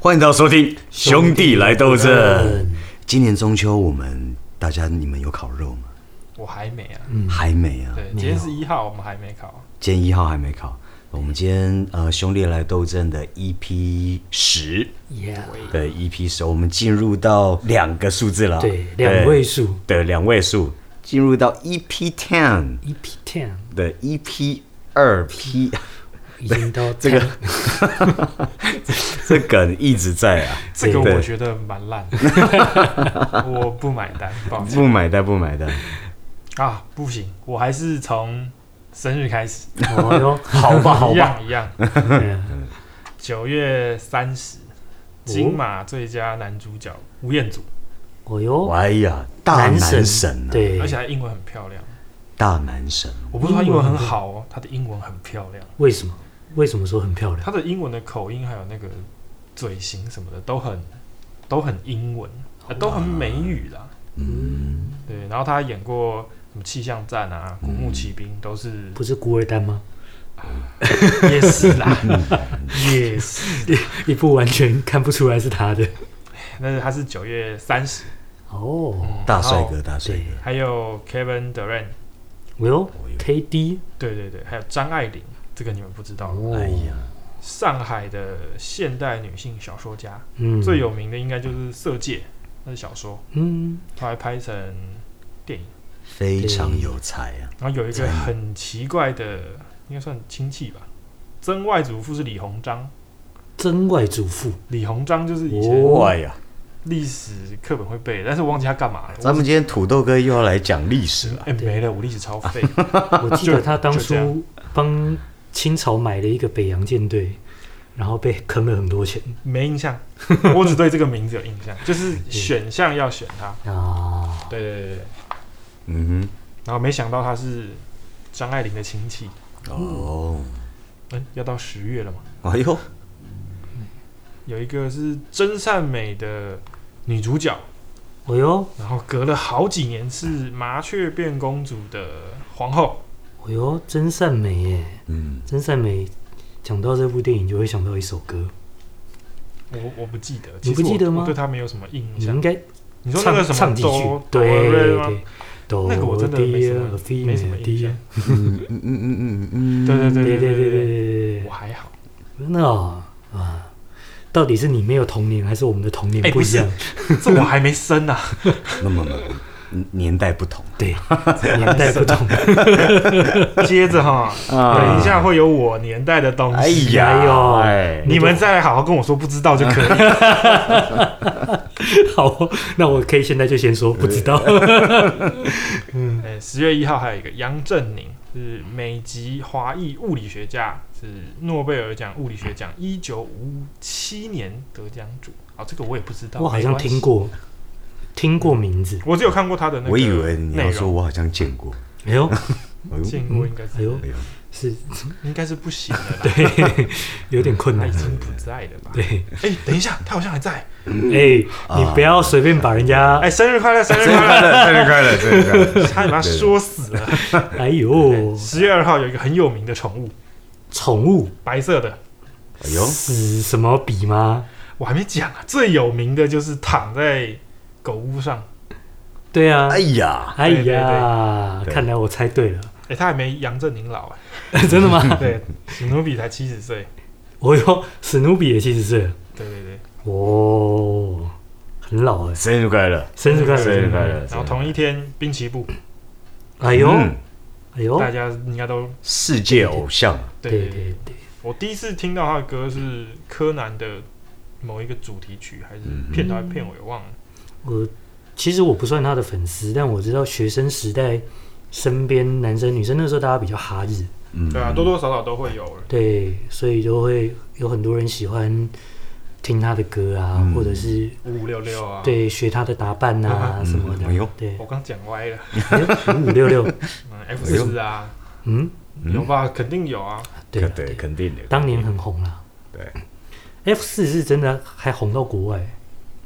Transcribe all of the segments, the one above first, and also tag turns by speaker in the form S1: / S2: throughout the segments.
S1: 欢迎到收听《兄弟来斗争》。
S2: 嗯
S1: 今年中秋，我们大家你们有烤肉吗？
S3: 我还没啊，
S2: 嗯
S1: 还没啊，
S3: 对，今天是一号，我们还没考。
S1: 今天一号还没烤。我们今天呃，《兄弟来斗争》的 EP 十
S2: Yeah，
S1: 的 EP 十，我们进入到两个数字了，
S2: 对，两位数
S1: 的两位数，进入到 EP ten
S3: 哎
S2: ，EP ten
S1: 的 EP 二 P，
S2: 已经到
S1: 这个这梗一直在啊，
S3: 这个
S1: 对
S3: 我觉得蛮烂的，我不买单，抱歉
S1: 不买单不买单，
S3: 啊，不行，我还是从生日开始，
S2: 10哦哟，好吧，好
S3: 一
S2: 吧，
S3: 样一样。
S2: 嗯
S3: 九月三十，金马最佳男主角吴彦祖，
S2: 哦哟，
S1: 哎呀，大男神啊，
S2: 对
S3: 而，且他英文很漂亮。
S1: 大男神，
S3: 我不是说他英文很好哦，他的英文很漂亮，
S2: 为什么？为什么说很漂亮？
S3: 他的英文的口音还有那个嘴型什么的都很都很英文，呃都很美语啦。
S1: 嗯，
S3: 对，然后他演过什么气象站啊、古墓奇兵，都是
S2: 不是孤儿单吗？
S3: 也是啦，
S1: 嗯
S3: 也是。
S2: 一部完全看不出来是他的。
S3: 但是他是九月三十，
S2: 哦，
S3: 嗯
S1: 大帅哥，，大帅
S2: 对
S1: 哥，，
S3: 还有 Kevin Durant，
S2: 哦哟，KD，
S3: 对对对，还有张爱玲，这个你们不知道，
S2: 哦，
S1: 哎呀，
S3: 上海的现代女性小说家，
S2: 嗯，
S3: 哎最有名的应该就是《色戒》，那是小说，
S2: 嗯，
S3: 后来拍成电影。
S1: 非常有才啊，
S3: 然后有一个很奇怪的，应该算亲戚吧，曾外祖父是李鸿章，
S2: 真外祖 父，
S3: 李鸿章就是以前
S2: 哦
S1: 哇呀，
S3: 历史课本会背，但是我忘记他干嘛了。
S1: 咱们今天土豆哥又要来讲历史了，
S3: 哎、没了，我历史超废。
S2: 我记得他当
S3: 就这
S2: 初帮清朝买了一个北洋舰队，然后被坑了很多钱
S3: 没印象，我只对这个名字有印 象，就是选项要选他。
S2: 啊。
S3: 对对对对，
S1: 嗯
S3: 然后没想到他是张爱玲的亲戚。
S1: 哼，哦，
S3: 嗯，要到十月了嘛，
S1: 哎呦，
S3: 有一个是真善美的女主角，
S2: 哦哟，
S3: 然后隔了好几年是麻雀变公主的皇后。
S2: 哦哟，真善美耶！
S1: 嗯，
S2: 真善美，讲到这部电影就会想到一首歌，
S3: 我我不记得，
S2: 你
S3: 其
S2: 不
S3: 实我
S2: 记得吗
S3: 我对她没有什么印
S2: 你
S3: 象
S2: 应。该
S3: 你说那
S2: 唱
S3: 个什
S2: 唱
S3: 么
S2: 几
S3: 哆
S2: 句，
S3: 哆
S2: 对
S3: 瑞吗？
S2: 对，哆
S3: 那个我真的没什么
S2: ，dear，
S3: 没什么印象
S2: female，dear。
S1: 嗯嗯嗯嗯嗯，
S3: 对对对
S2: 对对对对
S3: 对
S2: 对
S3: 我
S2: 对，
S3: 还好。
S2: 那哦啊，到底是你没有童年，还是我们的童年
S3: 哎
S2: 不
S3: 不
S2: 一
S3: 是
S2: 样？
S3: 这我还没生啊呢、
S1: 那么年代不同，
S2: 对， 年代不同。
S3: 接着哈，
S1: 啊
S3: 等一下会有我年代的东
S1: 哎
S3: 西，啊
S1: 呀
S2: 哎呦
S1: 哎
S3: 你们再来好好跟我说不知道就可 以了。
S2: 好哦，那我可以现在就先说不知道。
S3: 哎，十月一号还有一个杨振宁，是美籍华裔物理学家，是诺贝尔奖物理学奖一九五七年得奖主。哦，这个我也不知道，
S2: 我好像
S3: 没关系
S2: 听，过，听过名字。
S3: 我只有看过他的那个
S1: 我以为你
S3: 内
S1: 要说
S3: 容，
S1: 我好像见过，
S2: 哎呦，
S1: 哎呦
S3: 见过应该是、
S2: 哎呦
S1: 哎，呦，
S2: 是
S3: 应该是不行的啦，
S2: 对， 有点困
S3: 他
S2: 难
S3: 已。经不在了吧？
S2: 对，
S3: 哎，等一下，他好像还在。
S1: 嗯
S2: 哎，
S1: 啊
S2: 你不要随便把人家
S3: 哎，生日快乐，生日快乐！
S1: 乐，生日快乐，生日快乐！
S3: 差点把他说死了。
S2: 哎呦，
S3: 十月二号有一个很有名的宠物，
S2: 宠物
S3: 白色的，
S1: 哎呦，
S2: 是什么比吗？
S3: 我还没讲啊。最有名的就是躺在狗屋上，
S2: 对啊
S1: 哎，呀，
S2: 哎
S3: 对对
S2: 呀，
S1: 对
S2: 看来我猜对了，
S3: 哎、他还没杨振宁老、啊。
S2: 真的吗？
S3: 对，史努比才七十岁。
S2: 我有哦史努比也七十岁了，
S3: 对对对，
S2: 哦，很老哎，
S1: 生日快乐！
S2: 生日快
S1: 生日
S2: 乐！
S1: 快乐！
S3: 然后同一天，滨崎步，
S2: 哎呦，
S1: 嗯
S2: 哎呦，
S3: 大家应该都
S1: 世界偶像，
S3: 对
S2: 对
S3: 对
S2: 对
S3: 对。
S2: 对，
S3: 我第一次听到他的歌是柯南的某一个主题曲，还是片头还是片尾，我忘了。
S2: 我其实我不算他的粉丝，但我知道学生时代身边男生女生那时候大家比较哈日，
S1: 嗯，
S3: 对啊，多多少少都会有。
S2: 对，所以就会有很多人喜欢听他的歌啊，
S1: 嗯
S2: 或者是
S3: 五五六六啊，，
S2: 对学他的打扮啊
S1: 嗯
S2: 什么的。
S1: 哎呦
S2: 对
S3: 我，刚讲歪了。
S2: 五五六六，
S3: 嗯，F 四啊，
S2: 哎嗯，
S3: 有吧？肯定有啊。
S2: 对啊
S1: 对，肯定的。
S2: 当年很红啦。
S1: 对
S2: ，F 四是真的还红到国外，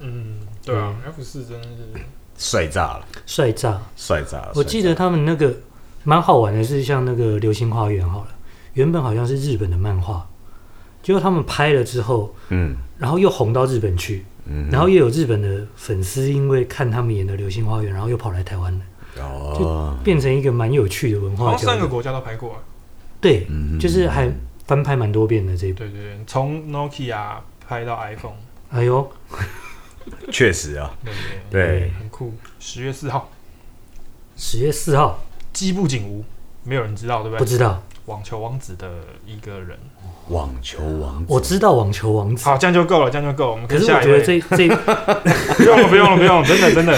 S2: 嗯
S3: 嗯，对啊，F 四真的是
S1: 帅炸了，
S2: 帅炸！
S1: 啊帅炸了！
S2: 我记得他们那个蛮好玩的是，像那个《流星花园》好了，原本好像是日本的漫画，结果他们拍了之后，
S1: 嗯
S2: 然后又红到日本去，
S1: 嗯，
S2: 然后又有日本的粉丝因为看他们演的《流星花园》，然后又跑来台湾了，
S1: 哦，
S2: 变成一个蛮有趣的文
S3: 好
S2: 化
S3: 像
S2: 交
S3: 哦三个
S2: 流。
S3: 国家都拍过、啊。
S2: 对，
S1: 嗯
S2: 就是还翻拍蛮多遍的这一部。
S3: 对对对，从 Nokia 拍到 iPhone，
S2: 哎呦，
S1: 确实啊，
S3: 对对对
S1: 对，
S3: 很酷。十月四号，
S2: 十月四号
S3: 基布景吾，没有人知道对不
S2: 不
S3: 对？
S2: 知道，
S3: 网球王子的一个人。
S1: 网球王子
S2: 我知道网球王子，
S3: 好，这样就够了，这样就够了。我们
S2: 可
S3: 跟
S2: 是我
S3: 下一
S2: 觉
S3: 位
S2: 得。这这
S3: 不用了，不用了，不用了，真的真的，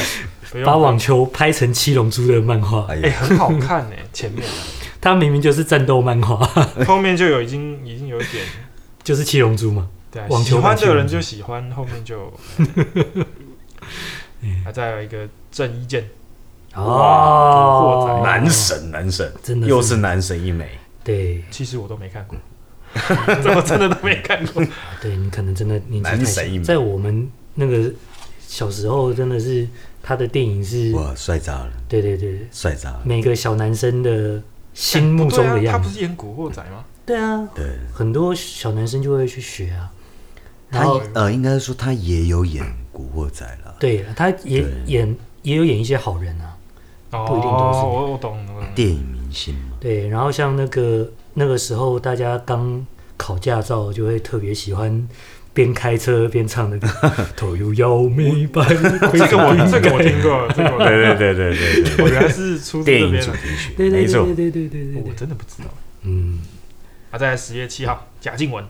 S3: 不用
S2: 把
S3: 了
S2: 网球拍成七龙珠的漫画，
S1: 哎
S3: 哎、
S1: 呀，
S3: 很好看哎、 前面啊、
S2: 它明明就是战斗漫画，
S3: 后面就有已经已经有一点，
S2: 就是七龙珠嘛。
S3: 对、啊，
S2: 网球版
S3: 喜欢这个人
S2: 七龙
S3: 就喜欢，后面就，
S2: 嗯
S3: 还、再有一个郑伊健，
S2: 哦，
S3: 古惑仔
S1: 男神男神，
S2: 真的是
S1: 又是男神一枚，
S2: 对
S3: 其实我都没看过，怎么真的都没看过？
S2: 对，你可能真的年纪太
S1: 男神一
S2: 小，
S1: 枚
S2: 在我们那个小时候，真的是他的电影是，嗯
S1: 哇，帅炸了，
S2: 对对对，
S1: 帅炸了，
S2: 每个小男生的心目中的
S3: 对啊，他
S2: 样
S3: 不
S2: 子。
S3: 是演古惑仔吗？
S2: 对啊，
S1: 对。
S2: 很多小男生就会去学啊。然
S1: 他
S2: 后
S1: 呃，应该说他也有演《古惑仔》了。
S2: 对，他也
S1: 对
S2: 演也有演一些好人啊。
S3: 哦，
S2: 不一定都是
S3: 我我懂我懂，
S1: 电影明星嘛，
S2: 对，然后像那个那个时候大家刚考驾照，就会特别喜欢边开车边唱 那个头又摇尾摆，
S3: 这个我这个我听过，这个我听
S1: 对对对对对
S3: 过，我原来是出自
S1: 电
S3: 这
S1: 影
S3: 边
S1: 主
S3: 的，哦
S1: 题曲，
S2: 对对
S1: 没
S2: 对
S1: 错
S2: 对，对对对对
S3: 我
S2: 对，
S3: 真的不知道。
S2: 嗯，
S3: 啊，再来十月七号，贾静雯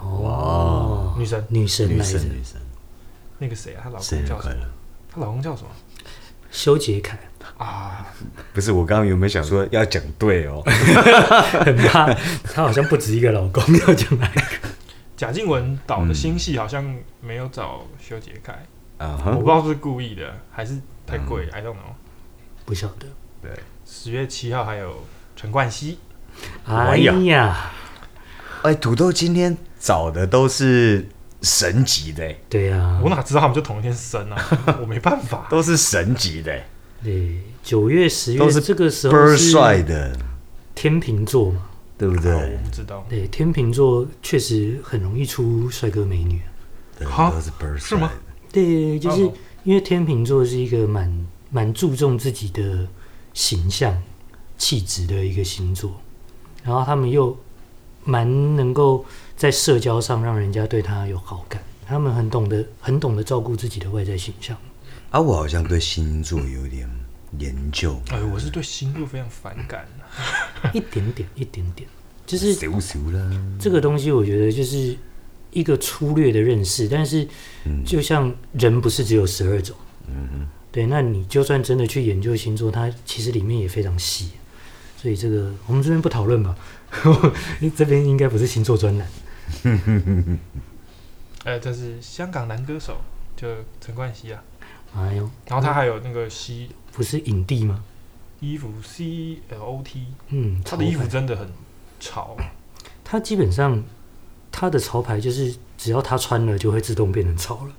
S2: 哦，
S3: 女神，
S2: 女神
S1: 女
S2: 来着
S1: 神，女神，
S3: 那个谁啊，她老
S1: 生
S3: 公
S1: 日
S3: 叫什
S1: 快
S3: 么？
S1: 乐！
S3: 她老公叫什么
S2: 修杰楷，
S3: 啊？
S1: 不是，我刚刚有没有想说要讲对哦？
S2: 很怕她好像不止一个老公要进来，
S3: 贾静雯导的新戏好像没有找修杰楷，
S1: 啊
S3: 我
S1: 哈，
S3: 不知道是不是故意的还是太贵、i don't know。
S2: 不晓得。
S1: 对，
S3: 十月七号还有陈冠希，
S2: 哎
S1: 哎呀
S2: 呀，
S1: 哎，土豆今天找的都是神级的欸，
S2: 对啊呀
S3: 我，哪知道他们就同一天生啊？ 我没办法。
S1: 都是神级的欸，
S2: 对，九月十月
S1: 都是
S2: 这个时
S1: 倍
S2: 候
S1: 儿帅
S2: 是
S1: 的，
S2: 天秤座嘛，
S1: 对不
S3: 哦我
S1: 对？
S3: 不知道，
S2: 对，天秤座确实很容易出帅哥美女。啊
S1: 对，
S3: 哈
S1: 都是倍儿
S3: 是
S1: 帅
S3: 吗
S1: 的。
S2: 对，就是
S3: 哦
S2: 因为天秤座是一个蛮蛮注重自己的形象、气质的一个星座，然后他们又蛮能够在社交上让人家对他有好感，他们很懂得很懂得照顾自己的外在形象。
S1: 啊，我好像对星座有点研究，
S3: 哎，我是对星座非常反感啊、
S2: 一点点，一点点，就是
S1: 熟熟啦，
S2: 这个东西，我觉得就是一个粗略的认识，但是就像人不是只有十二种，对，那你就算真的去研究星座，它其实里面也非常细，所以这个我们这边不讨论吧， 这边应该不是星座专栏，
S3: 呃，这是香港男歌手，就陈冠希啊。
S2: 哎呦，
S3: 然后他还有那个西
S2: 不是影帝吗？
S3: 衣服 C L O T，
S2: 嗯，
S3: 他的衣
S2: 潮
S3: 服
S2: 牌，
S3: 真的很潮，
S2: 他基本上他的潮牌就是只要他穿了就会自动变成潮了，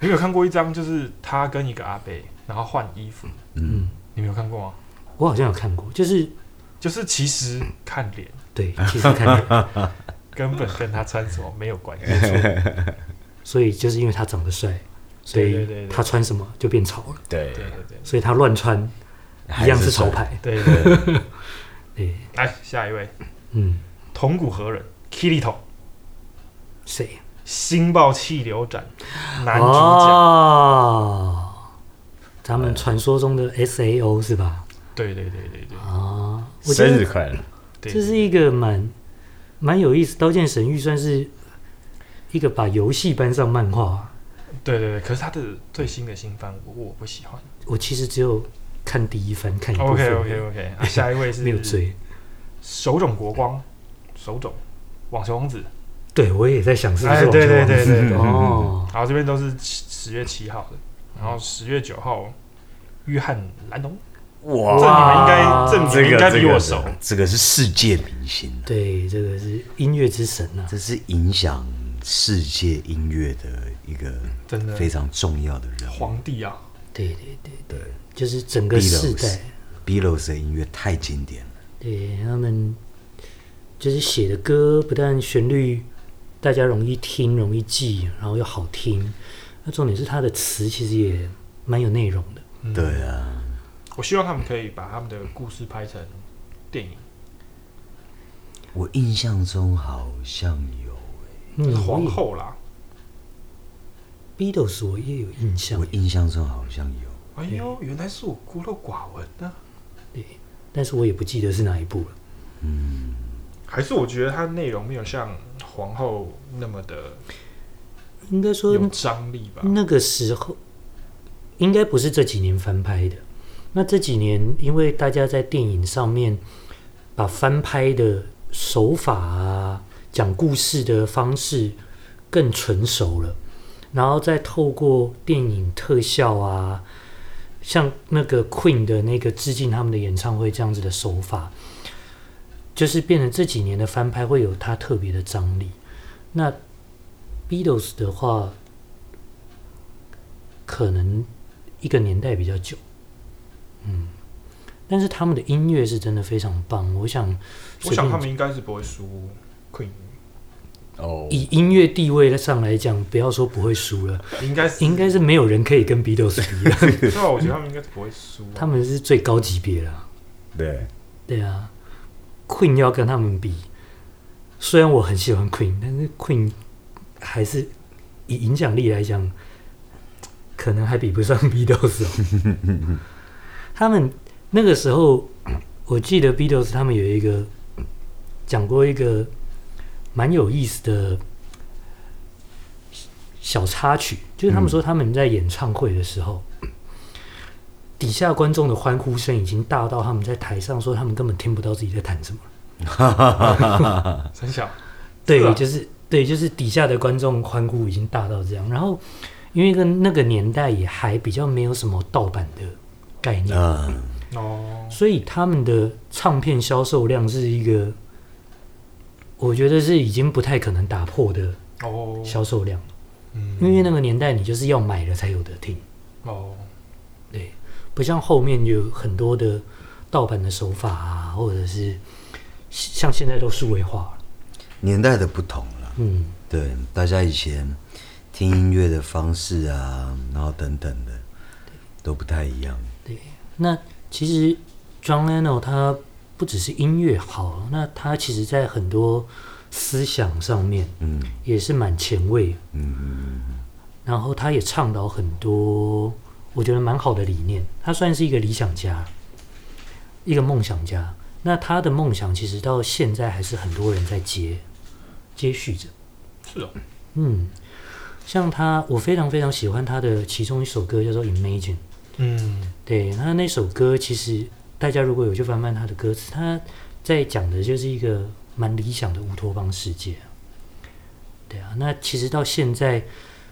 S3: 你有看过一张就是他跟一个阿伯，然后换衣服，
S2: 嗯，
S3: 你没有看过吗？
S2: 我好像有看过，就是
S3: 就是其实看脸。
S2: 对，其实看起来
S3: 根本跟他穿什么没有关系。
S2: 所以就是因为他长得帅，所
S3: 对对
S2: 以
S3: 对对
S2: 他穿什么就变潮了，
S1: 对
S3: 对对对
S2: 所以他乱穿一样是潮。牌。
S3: 对对对。
S2: 对，
S3: 来下一位，
S2: 嗯，
S3: 同古河人 Kirito，
S2: 谁？
S3: 星爆气流斩男主角。
S2: 哦，咱们传说中的 S A O 是吧？
S3: 对对对对对
S2: 啊，我觉
S1: 生日
S2: 得
S1: 快乐！
S3: 对，
S2: 这是一个蛮蛮有意思，《刀剑神域》算是一个把游戏搬上漫画。
S3: 对对对。可是他的最新的新番我我不喜欢。
S2: 我其实只有看第一番，看一部分
S3: OK OK OK，、啊、下一位是
S2: 嗯 没有追。
S3: 手冢国光，手冢网球王子。
S2: 哎对，我也在想是不
S3: 哎
S2: 是网球
S3: 对对
S2: 王
S3: 对
S2: 子
S3: 对对。
S2: 哦，
S3: 然后这边都是十月七号的，然后十月九号，约翰兰农。这你们应该，这你
S1: 这
S3: 们应
S1: 个
S3: 该
S1: 这
S3: 比我
S1: 个
S3: 熟。
S1: 这个是世界明星啊，
S2: 哦对，这个是音乐之神啊。
S1: 这是影响世界音乐的一个
S3: 真的
S1: 非常重要的人物。
S3: 皇帝啊，
S2: 对对对，
S1: 对
S2: 就是整个世代，
S1: ，Beatles 的音乐太经典了，
S2: 对他们就是写的歌，不但旋律大家容易听、容易记，然后又好听，那重点是他的词其实也蛮有内容的。
S3: 嗯
S1: 对啊，
S3: 我希望他们可以把他们的故事拍成电影，
S1: 我印象中好像有，
S2: 嗯
S3: 就是，皇后啦。
S2: 我也 Beatles 我也有印象
S1: 我，印象中好像
S2: 嗯
S1: 有，
S3: 哎呦，原来是我孤陋寡闻啊呢、
S2: 但是我也不记得是哪一部了。
S3: 还是我觉得它内容没有像皇后那么的
S2: 应该说
S3: 有张力吧？
S2: 那个时候应该不是这几年翻拍的。那这几年，因为大家在电影上面把翻拍的手法啊、讲故事的方式更成熟了，然后再透过电影特效啊，像那个 Queen 的那个致敬他们的演唱会这样子的手法，就是变成这几年的翻拍会有它特别的张力。那 Beatles 的话，可能一个年代比较久，嗯，但是他们的音乐是真的非常棒。我想随便，
S3: 我想他们应该是不会输 Queen，
S1: 哦
S2: 以音乐地位上来讲，不要说不会输了，
S3: 应该是
S2: 应该是没有人可以跟 Beatles 比了，
S3: 对吧？我觉得他们应该是不会输啊、
S2: 他们是最高级别了。
S1: 对，
S2: 对啊，Queen 要跟他们比，虽然我很喜欢 Queen，但是 Queen 还是以影响力来讲，可能还比不上 Beatles 哦。 他们那个时候，我记得 Beatles 他们有一个讲过一个蛮有意思的小插曲，就是他们说他们在演唱会的时候。底下观众的欢呼声已经大到他们在台上说他们根本听不到自己在谈什么了。
S3: 很小，
S2: 对，
S3: 是啊
S2: 就是对，就是底下的观众欢呼已经大到这样。然后，因为跟那个年代也还比较没有什么盗版的概念，
S1: 嗯，
S3: 哦，
S2: 所以他们的唱片销售量是一个，我觉得是已经不太可能打破的
S3: 哦，
S2: 销售量了。
S3: 嗯，
S2: 因为那个年代你就是要买了才有得听，
S3: 哦，
S2: 不像后面有很多的盗版的手法啊，或者是像现在都数位化了。
S1: 年代的不同了。
S2: 嗯，
S1: 对，大家以前听音乐的方式啊，然后等等的都不太一样。
S2: 那其实 John Lennon 他不只是音乐好，那他其实在很多思想上面
S1: 嗯
S2: 也是蛮前卫，
S1: 嗯
S2: 然后他也倡导很多我觉得蛮好的理念。他算是一个理想家，一个梦想家。那他的梦想其实到现在还是很多人在接接续着。
S3: 是哦，
S2: 嗯，像他，我非常非常喜欢他的其中一首歌叫做《Imagine》。
S3: 嗯，
S2: 对，他那首歌其实大家如果有去翻翻他的歌词，他在讲的就是一个蛮理想的乌托邦世界啊。对啊，那其实到现在，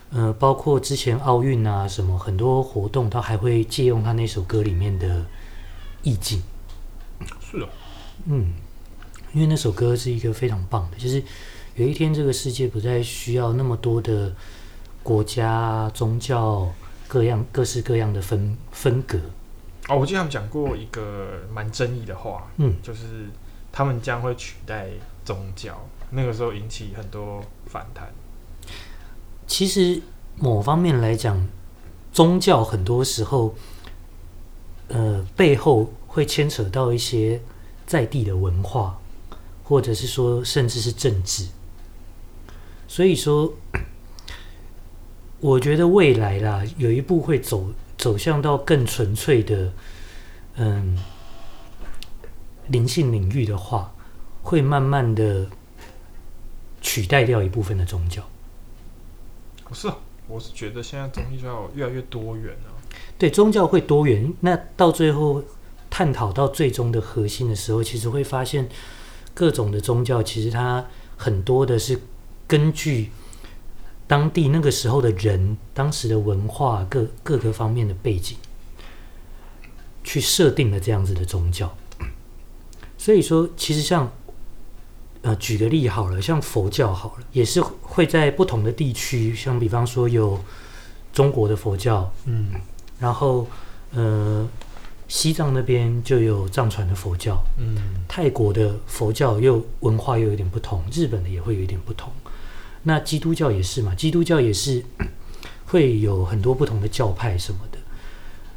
S2: 呃，包括之前奥运啊什么很多活动，他还会借用他那首歌里面的意境。
S3: 是哦，
S2: 嗯，因为那首歌是一个非常棒的，就是有一天这个世界不再需要那么多的国家、宗教各样各式各样的分分隔。
S3: 哦，我记得他们讲过一个蛮争议的话，
S2: 嗯，
S3: 就是他们将会取代宗教，那个时候引起很多反弹。
S2: 其实某方面来讲，宗教很多时候，呃，背后会牵扯到一些在地的文化，或者是说，甚至是政治。所以说， 我觉得未来啦，有一步会走走向到更纯粹的，嗯，灵性领域的话，会慢慢的取代掉一部分的宗教。
S3: 不是哦，我是觉得现在宗教越来越多元了、
S2: 对，宗教会多元，那到最后探讨到最终的核心的时候，其实会发现各种的宗教其实它很多的是根据当地那个时候的人、当时的文化各各个方面的背景，去设定了这样子的宗教。所以说，其实像呃，举个例好了，像佛教好了，也是会在不同的地区，像比方说有中国的佛教，
S3: 嗯，
S2: 然后呃，西藏那边就有藏传的佛教，
S3: 嗯
S2: 泰国的佛教又文化又有点不同，日本的也会有一点不同。那基督教也是嘛，基督教也是 会有很多不同的教派什么的。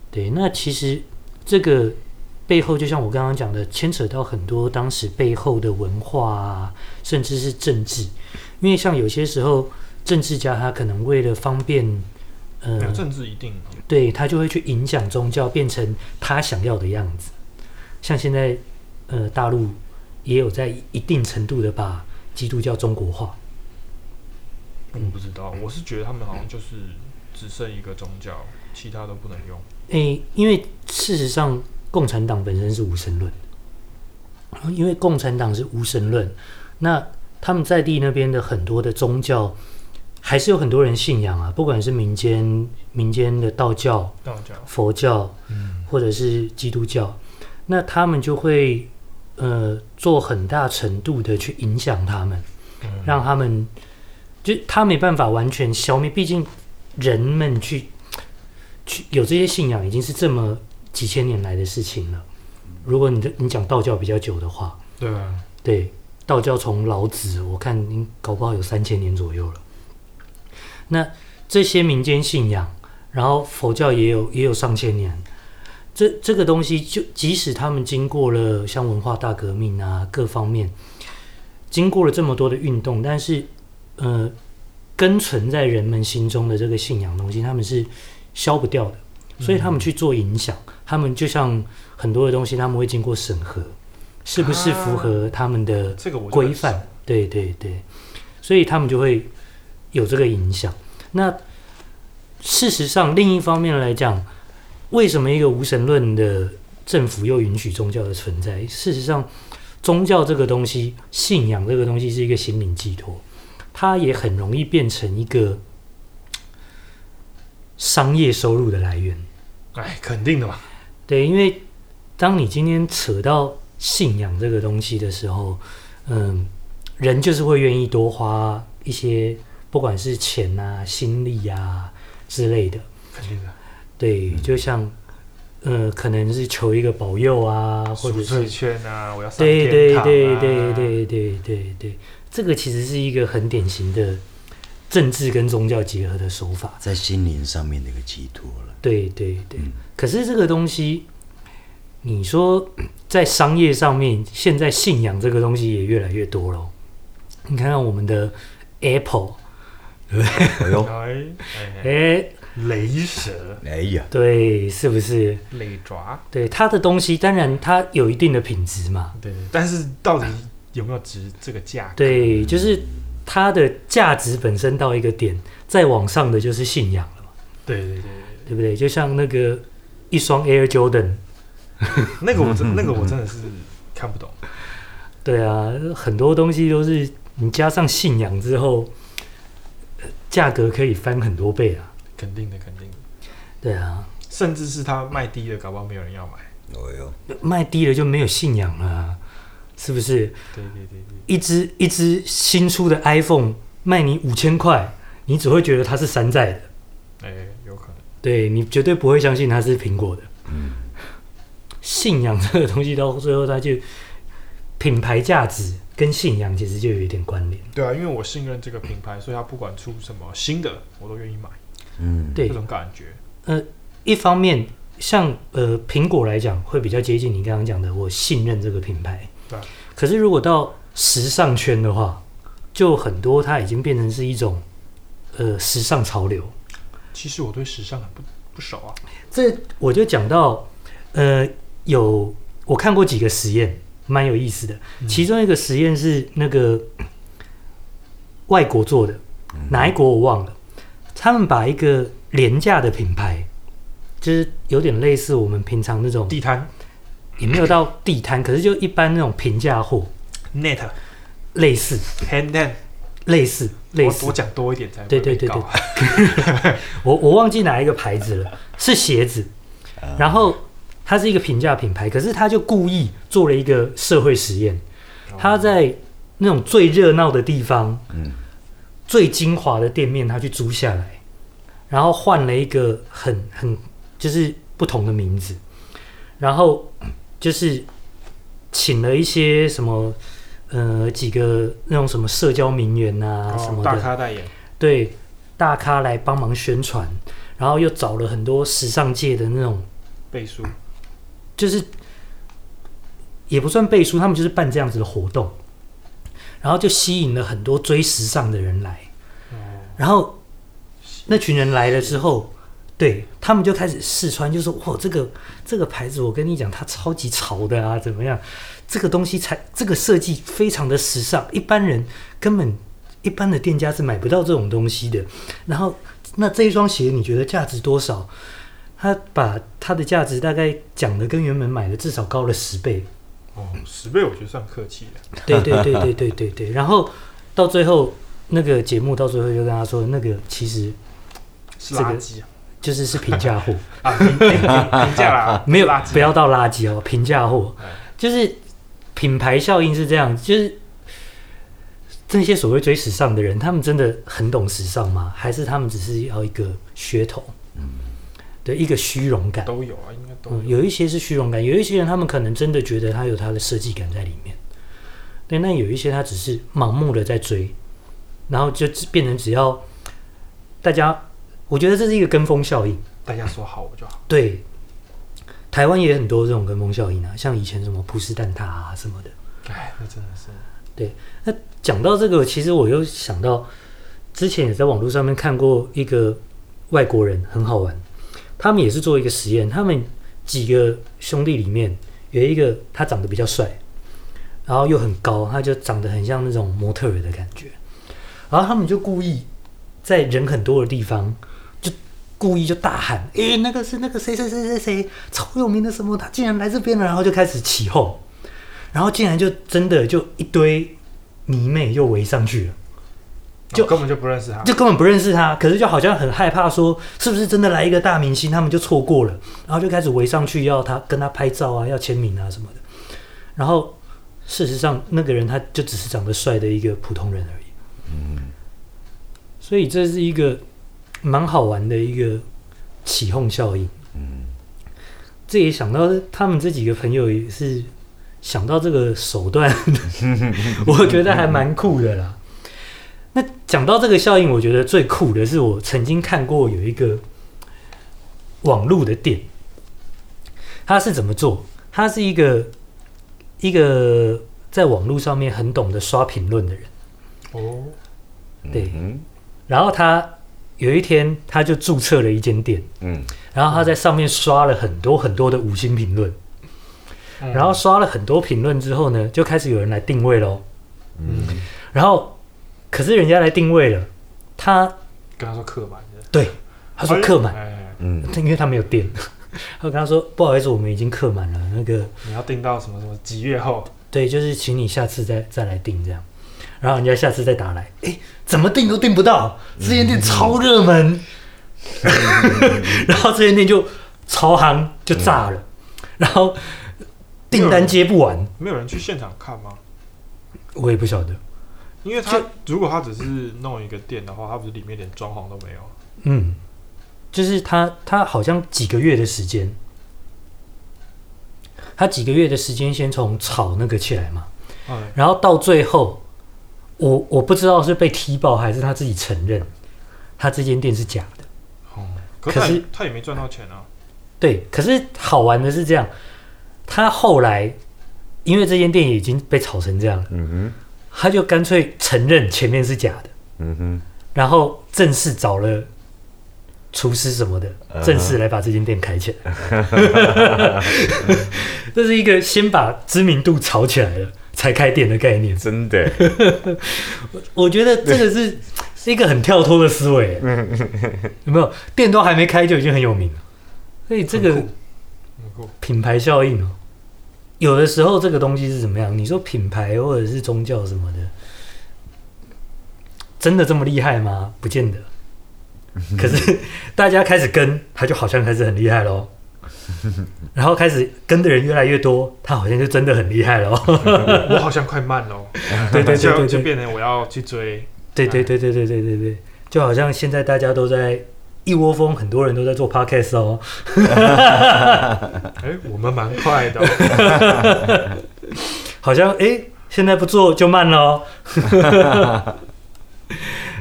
S2: 对，那其实这个背后，就像我刚刚讲的，牵扯到很多当时背后的文化啊，甚至是政治。因为像有些时候，政治家他可能为了方便，呃，
S3: 没有政治一定哦
S2: 对他就会去影响宗教，变成他想要的样子。像现在，呃，大陆也有在一定程度的把基督教中国化。
S3: 我不知
S2: 嗯
S3: 道，我是觉得他们好像就是只剩一个宗教，其他都不能用。
S2: 诶，因为事实上，共产党本身是无神论，因为共产党是无神论，那他们在地那边的很多的宗教，还是有很多人信仰啊，不管是民间民间的道教、
S3: 道教，
S2: 佛教，
S3: 嗯
S2: 或者是基督教，那他们就会呃做很大程度的去影响他们，
S3: 嗯
S2: 让他们就他没办法完全消灭，毕竟人们去去有这些信仰已经是这么几千年来的事情了。如果你的你讲道教比较久的话，
S3: 对啊，
S2: 对，道教从老子，我看应搞不好有三千年左右了。那这些民间信仰，然后佛教也有也有上千年，这这个东西就即使他们经过了像文化大革命啊各方面，经过了这么多的运动，但是呃，根存在人们心中的这个信仰东西，他们是消不掉的，所以他们去做影响，他们就像很多的东西，他们会经过审核，是不是符合他们的、
S3: 嗯这个我就很
S2: 规范，对对对，所以他们就会有这个影响。那事实上，另一方面来讲，为什么一个无神论的政府又允许宗教的存在？事实上，宗教这个东西，信仰这个东西是一个心灵寄托，它也很容易变成一个商业收入的来源。
S3: 哎，肯定的嘛。
S2: 对，因为当你今天扯到信仰这个东西的时候，嗯，人就是会愿意多花一些，不管是钱啊、心力啊之类的。
S3: 肯定的，
S2: 对，
S3: 嗯
S2: 就像呃，可能是求一个保佑啊，或者
S3: 赎罪
S2: 是
S3: 券啊，我要上
S2: 对
S3: 天
S2: 对
S3: 堂啊
S2: 对对对对对对，这个其实是一个很典型的政治跟宗教结合的手法。
S1: 在心灵上面的一个寄托了。
S2: 对对对，
S1: 嗯
S2: 可是这个东西，你说 在商业上面，现在信仰这个东西也越来越多了哦。你看看我们的 Apple，
S1: 哎呦，
S3: 哎哎哎，
S2: 哎，
S3: 雷蛇、
S1: 哎呀，
S2: 对，是不是？
S3: 雷爪，
S2: 对它的东西，当然它有一定的品质嘛，
S3: 对，但是到底有没有值这个价格？
S2: 对，就是它的价值本身到一个点，再往上的就是信仰了嘛，
S3: 对对对对，
S2: 对不对？就像那个一双 Air Jordan，
S3: 那个我真那个我真的是看不懂。
S2: 对啊，很多东西都是你加上信仰之后，呃价格可以翻很多倍啊。
S3: 肯定的，肯定的，
S2: 对啊，
S3: 甚至是他卖低的，搞不好没有人要买。
S1: 哎呦，
S2: 卖低了就没有信仰了啊、是不是？
S3: 对对对对，
S2: 一只一只新出的 iPhone 卖你五千块，你只会觉得它是山寨的，
S3: 哎，有可能，
S2: 对你绝对不会相信它是苹果的。
S1: 嗯，
S2: 信仰这个东西到最后，它就品牌价值跟信仰其实就有一点关联。
S3: 对啊，因为我信任这个品牌，所以他不管出什么新的，我都愿意买，
S1: 嗯，
S2: 对
S3: 这，种感觉。
S2: 一方面，像呃苹果来讲，会比较接近你刚刚讲的，我信任这个品牌。
S3: 对。
S2: 可是如果到时尚圈的话，就很多它已经变成是一种呃时尚潮流。
S3: 其实我对时尚很不不熟啊。
S2: 嗯这我就讲到，呃，有我看过几个实验，蛮有意思的。
S3: 嗯
S2: 其中一个实验是那个外国做的，
S3: 嗯
S2: 哪一国我忘了。他们把一个廉价的品牌，就是有点类似我们平常那种
S3: 地摊
S2: 也没有到地摊，可是就一般那种平价货，
S3: net
S2: 类似
S3: hand hand，
S2: 类似类
S3: 我
S2: 似
S3: 我，讲多一点才不
S2: 对
S3: 会
S2: 对
S3: 被
S2: 对
S3: 告啊。
S2: 我我忘记哪一个牌子了，是鞋子，然后它是一个平价品牌，可是它就故意做了一个社会实验，它在那种最热闹的地方，
S1: 嗯
S2: 最精华的店面，它去租下来，然后换了一个很很。就是不同的名字，然后就是请了一些什么呃几个那种什么社交名媛啊、什
S3: 哦
S2: 么
S3: 大
S2: 的，
S3: 咖代言，
S2: 对大咖来帮忙宣传，然后又找了很多时尚界的那种，
S3: 背书，
S2: 就是也不算背书，他们就是办这样子的活动，然后就吸引了很多追时尚的人来，
S3: 哦，
S2: 然后那群人来了之后，对他们就开始试穿，就说：“哇，这个这个牌子，我跟你讲，它超级潮的啊，怎么样？这个东西才这个设计非常的时尚，一般人根本一般的店家是买不到这种东西的。然后那这一双鞋，你觉得价值多少？”他把它的价值大概讲的跟原本买的至少高了十倍，
S3: 哦，十倍我觉得算客气的，
S2: 对对对对对对对。然后到最后那个节目到最后就跟他说，那个其实
S3: 是
S2: 这个
S3: 垃圾啊
S2: 就是是平价货，
S3: 啊，评评评评价啦，
S2: 没有
S3: 是垃圾，
S2: 不要到垃圾哦，平价货
S3: 嗯，
S2: 就是品牌效应是这样，就是这些所谓追时尚的人，他们真的很懂时尚吗？还是他们只是要一个噱头？对，一个虚荣感。
S3: 都有啊，应该都
S2: 嗯，
S3: 有，
S2: 有一些是虚荣感，有一些人他们可能真的觉得他有他的设计感在里面。对，那有一些他只是盲目的在追，然后就只变成只要大家，我觉得这是一个跟风效应。
S3: 大家说好我就好，
S2: 对，台湾也很多这种跟风效应啊，像以前什么葡式蛋挞啊什么的。
S3: 哎，那真的是，
S2: 讲到这个，其实我又想到之前也在网络上面看过一个外国人，很好玩。他们也是做一个实验，他们几个兄弟里面有一个他长得比较帅，然后又很高，他就长得很像那种模特儿的感觉。然后他们就故意在人很多的地方，就故意就大喊：“诶、那个是那个谁谁谁谁谁，超有名的什么，他竟然来这边了！”然后就开始起哄，然后竟然就真的就一堆迷妹又围上去了。就
S3: 就根本就不认识他，
S2: 就根本不认识他，可是就好像很害怕，说是不是真的来一个大明星，他们就错过了，然后就开始围上去要他跟他拍照啊，要签名啊什么的。然后事实上，那个人他就只是长得帅的一个普通人而已。嗯，所以这是一个蛮好玩的一个起哄效应。嗯，这也想到他们这几个朋友也是想到这个手段， 我觉得还蛮酷的啦。那讲到这个效应，我觉得最酷的是我曾经看过有一个网络的店，它是怎么做？它是一个一个在网络上面很懂得刷评论的人，
S3: 哦，
S2: 对
S1: 嗯
S2: 然后他有一天他就注册了一间店，
S1: 哼嗯，
S2: 然后他在上面刷了很多很多的五星评论，
S3: 嗯
S2: 然后刷了很多评论之后呢，就开始有人来定位喽。
S3: 嗯，
S2: 然后可是人家来定位了，他
S3: 跟他说刻板的，
S2: 对他说
S3: 哎
S2: 客满。
S3: 哎哎
S1: 嗯
S2: 他因为他没有电， 他就跟他说不好意思，我们已经客满了，那个
S3: 你要订到什么什么几月后，
S2: 对，就是请你下次再再来订这样。然后人家下次再打来，哎、怎么订都订不到，这间店超热门， 然后这间店就超夯就炸了，然后订单接不完，
S3: 没有人去现场看吗？
S2: 我也不晓得，
S3: 因为他
S2: 就
S3: 如果他只是弄一个店的话，他不是里面连装潢都没有，
S2: 嗯，就是他他好像几个月的时间，他几个月的时间先从炒那个起来嘛，
S3: 嗯，
S2: 然后到最后，我我不知道是被踢爆还是他自己承认，他这间店是假的。
S3: 哦，可是他
S2: 可
S3: 也
S2: 是
S3: 他也没赚到钱啊，
S2: 对，可是好玩的是这样，他后来因为这间店已经被炒成这样了，
S1: 嗯哼
S2: 他就干脆承认前面是假的，
S1: 嗯哼，
S2: 然后正式找了厨师什么的，
S1: 嗯
S2: 正式来把这间店开起来。 这是一个先把知名度炒起来了才开店的概念。
S1: 真的，
S2: 我觉得这个是是一个很跳脱的思维，有没有？店都还没开就已经很有名了，所以这个
S3: 很酷
S2: 嗯
S3: 很酷
S2: 品牌效应哦，有的时候这个东西是怎么样？你说品牌或者是宗教什么的，真的这么厉害吗？不见 得。可是大家开始跟，他就好像开始很厉害 喽。然后开始跟的人越来越多，他好像就真的很厉害了。
S3: 我好像快慢喽，
S2: 对对对对
S3: 就
S2: 对
S3: 就变成我要去追，
S2: 对对对对对对对对，就好像现在大家都在一窝蜂，很多人都在做 podcast 哦。
S3: 哎、我们蛮快的哦、
S2: 好像哎、诶现在不做就慢了哦，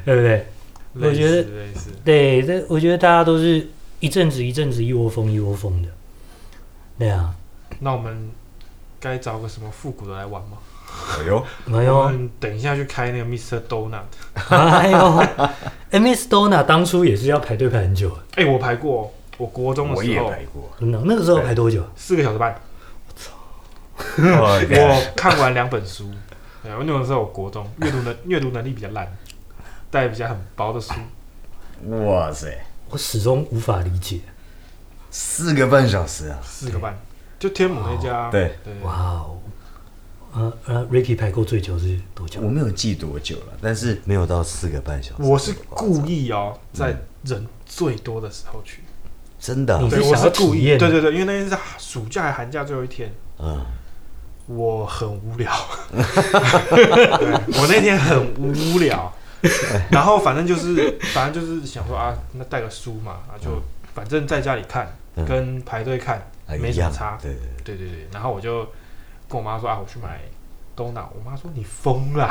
S2: 对不对？ 我
S3: 类
S2: 觉得
S3: 似类似，
S2: 对，这我觉得大家都是一阵子一阵子一窝蜂一窝蜂的，对啊，
S3: 那我们该找个什么复古的来玩吗？
S1: 哎呦，
S2: 没
S3: 我
S2: 有，
S3: 们等一下去开那个 Mr. Donut。
S2: 哎呦，MS Dona 当初也是要排队排很久的，
S3: 哎、我排过哦，我国中的
S1: 我
S3: 时
S1: 也
S3: 候
S1: 排过，
S2: 真的，那个时候排多久啊？
S3: 四个小时半，
S1: 我
S3: 我看完两本书。对，我那个时候我 国中阅读能阅读能力比较烂，带比较很薄的书。
S1: 哇塞，
S2: 我始终无法理解。
S1: 四个半小时啊！
S3: 四个半，就天母那家。
S1: 对，
S3: 对，
S2: 哇哦，呃呃，Ricky 排过最久是多久
S1: 我？没有记多久了，但是没有到四个半小时。
S3: 我是故意
S2: 嗯
S3: 哦，在人最多的时候去。
S1: 真的啊，
S2: 你
S3: 对，
S2: 是
S3: 我
S2: 想要
S3: 是故
S2: 体
S3: 意。
S2: 验
S3: 对对对，因为那天是暑假还寒假最后一天，
S1: 嗯，
S3: 我很无聊。对我那天很无聊，然后反正就是反正就是想说啊，那带个书嘛，啊就反正在家里看，
S1: 嗯
S3: 跟排队看
S1: 啊
S3: 没
S1: 一
S3: 什么
S1: 样
S3: 差。
S1: 对对
S3: 对对对，然后我就跟我妈说啊，我去买 donut。我妈说你 疯了，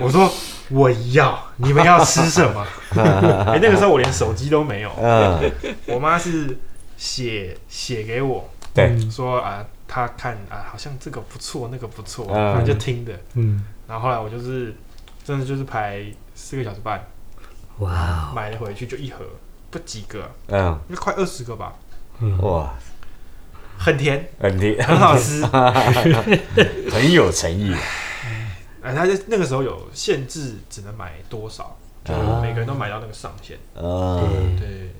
S3: 我说我要，你们要吃什 么？哎、那个时候我连手机都没有，
S1: 对，嗯，
S3: 我妈是写写给我
S1: 对，
S3: 说啊，她看啊，好像这个不错，那个不错，
S1: 嗯
S3: 然后就听的。
S2: 嗯，
S3: 然后后来我就是真的就是排四个小时半，
S2: 哇哦，
S3: 买了回去就一盒，不及格，
S1: 嗯，
S3: 应该快二十个吧，
S2: 嗯，
S1: 哇，
S3: 很甜，
S1: 很厉，
S3: 很好吃。
S1: 很有诚意，啊
S3: 哎，他就那个时候有限制，只能买多少，就
S2: 啊
S3: 每个人都买到那个上限。
S1: 嗯，
S3: 对，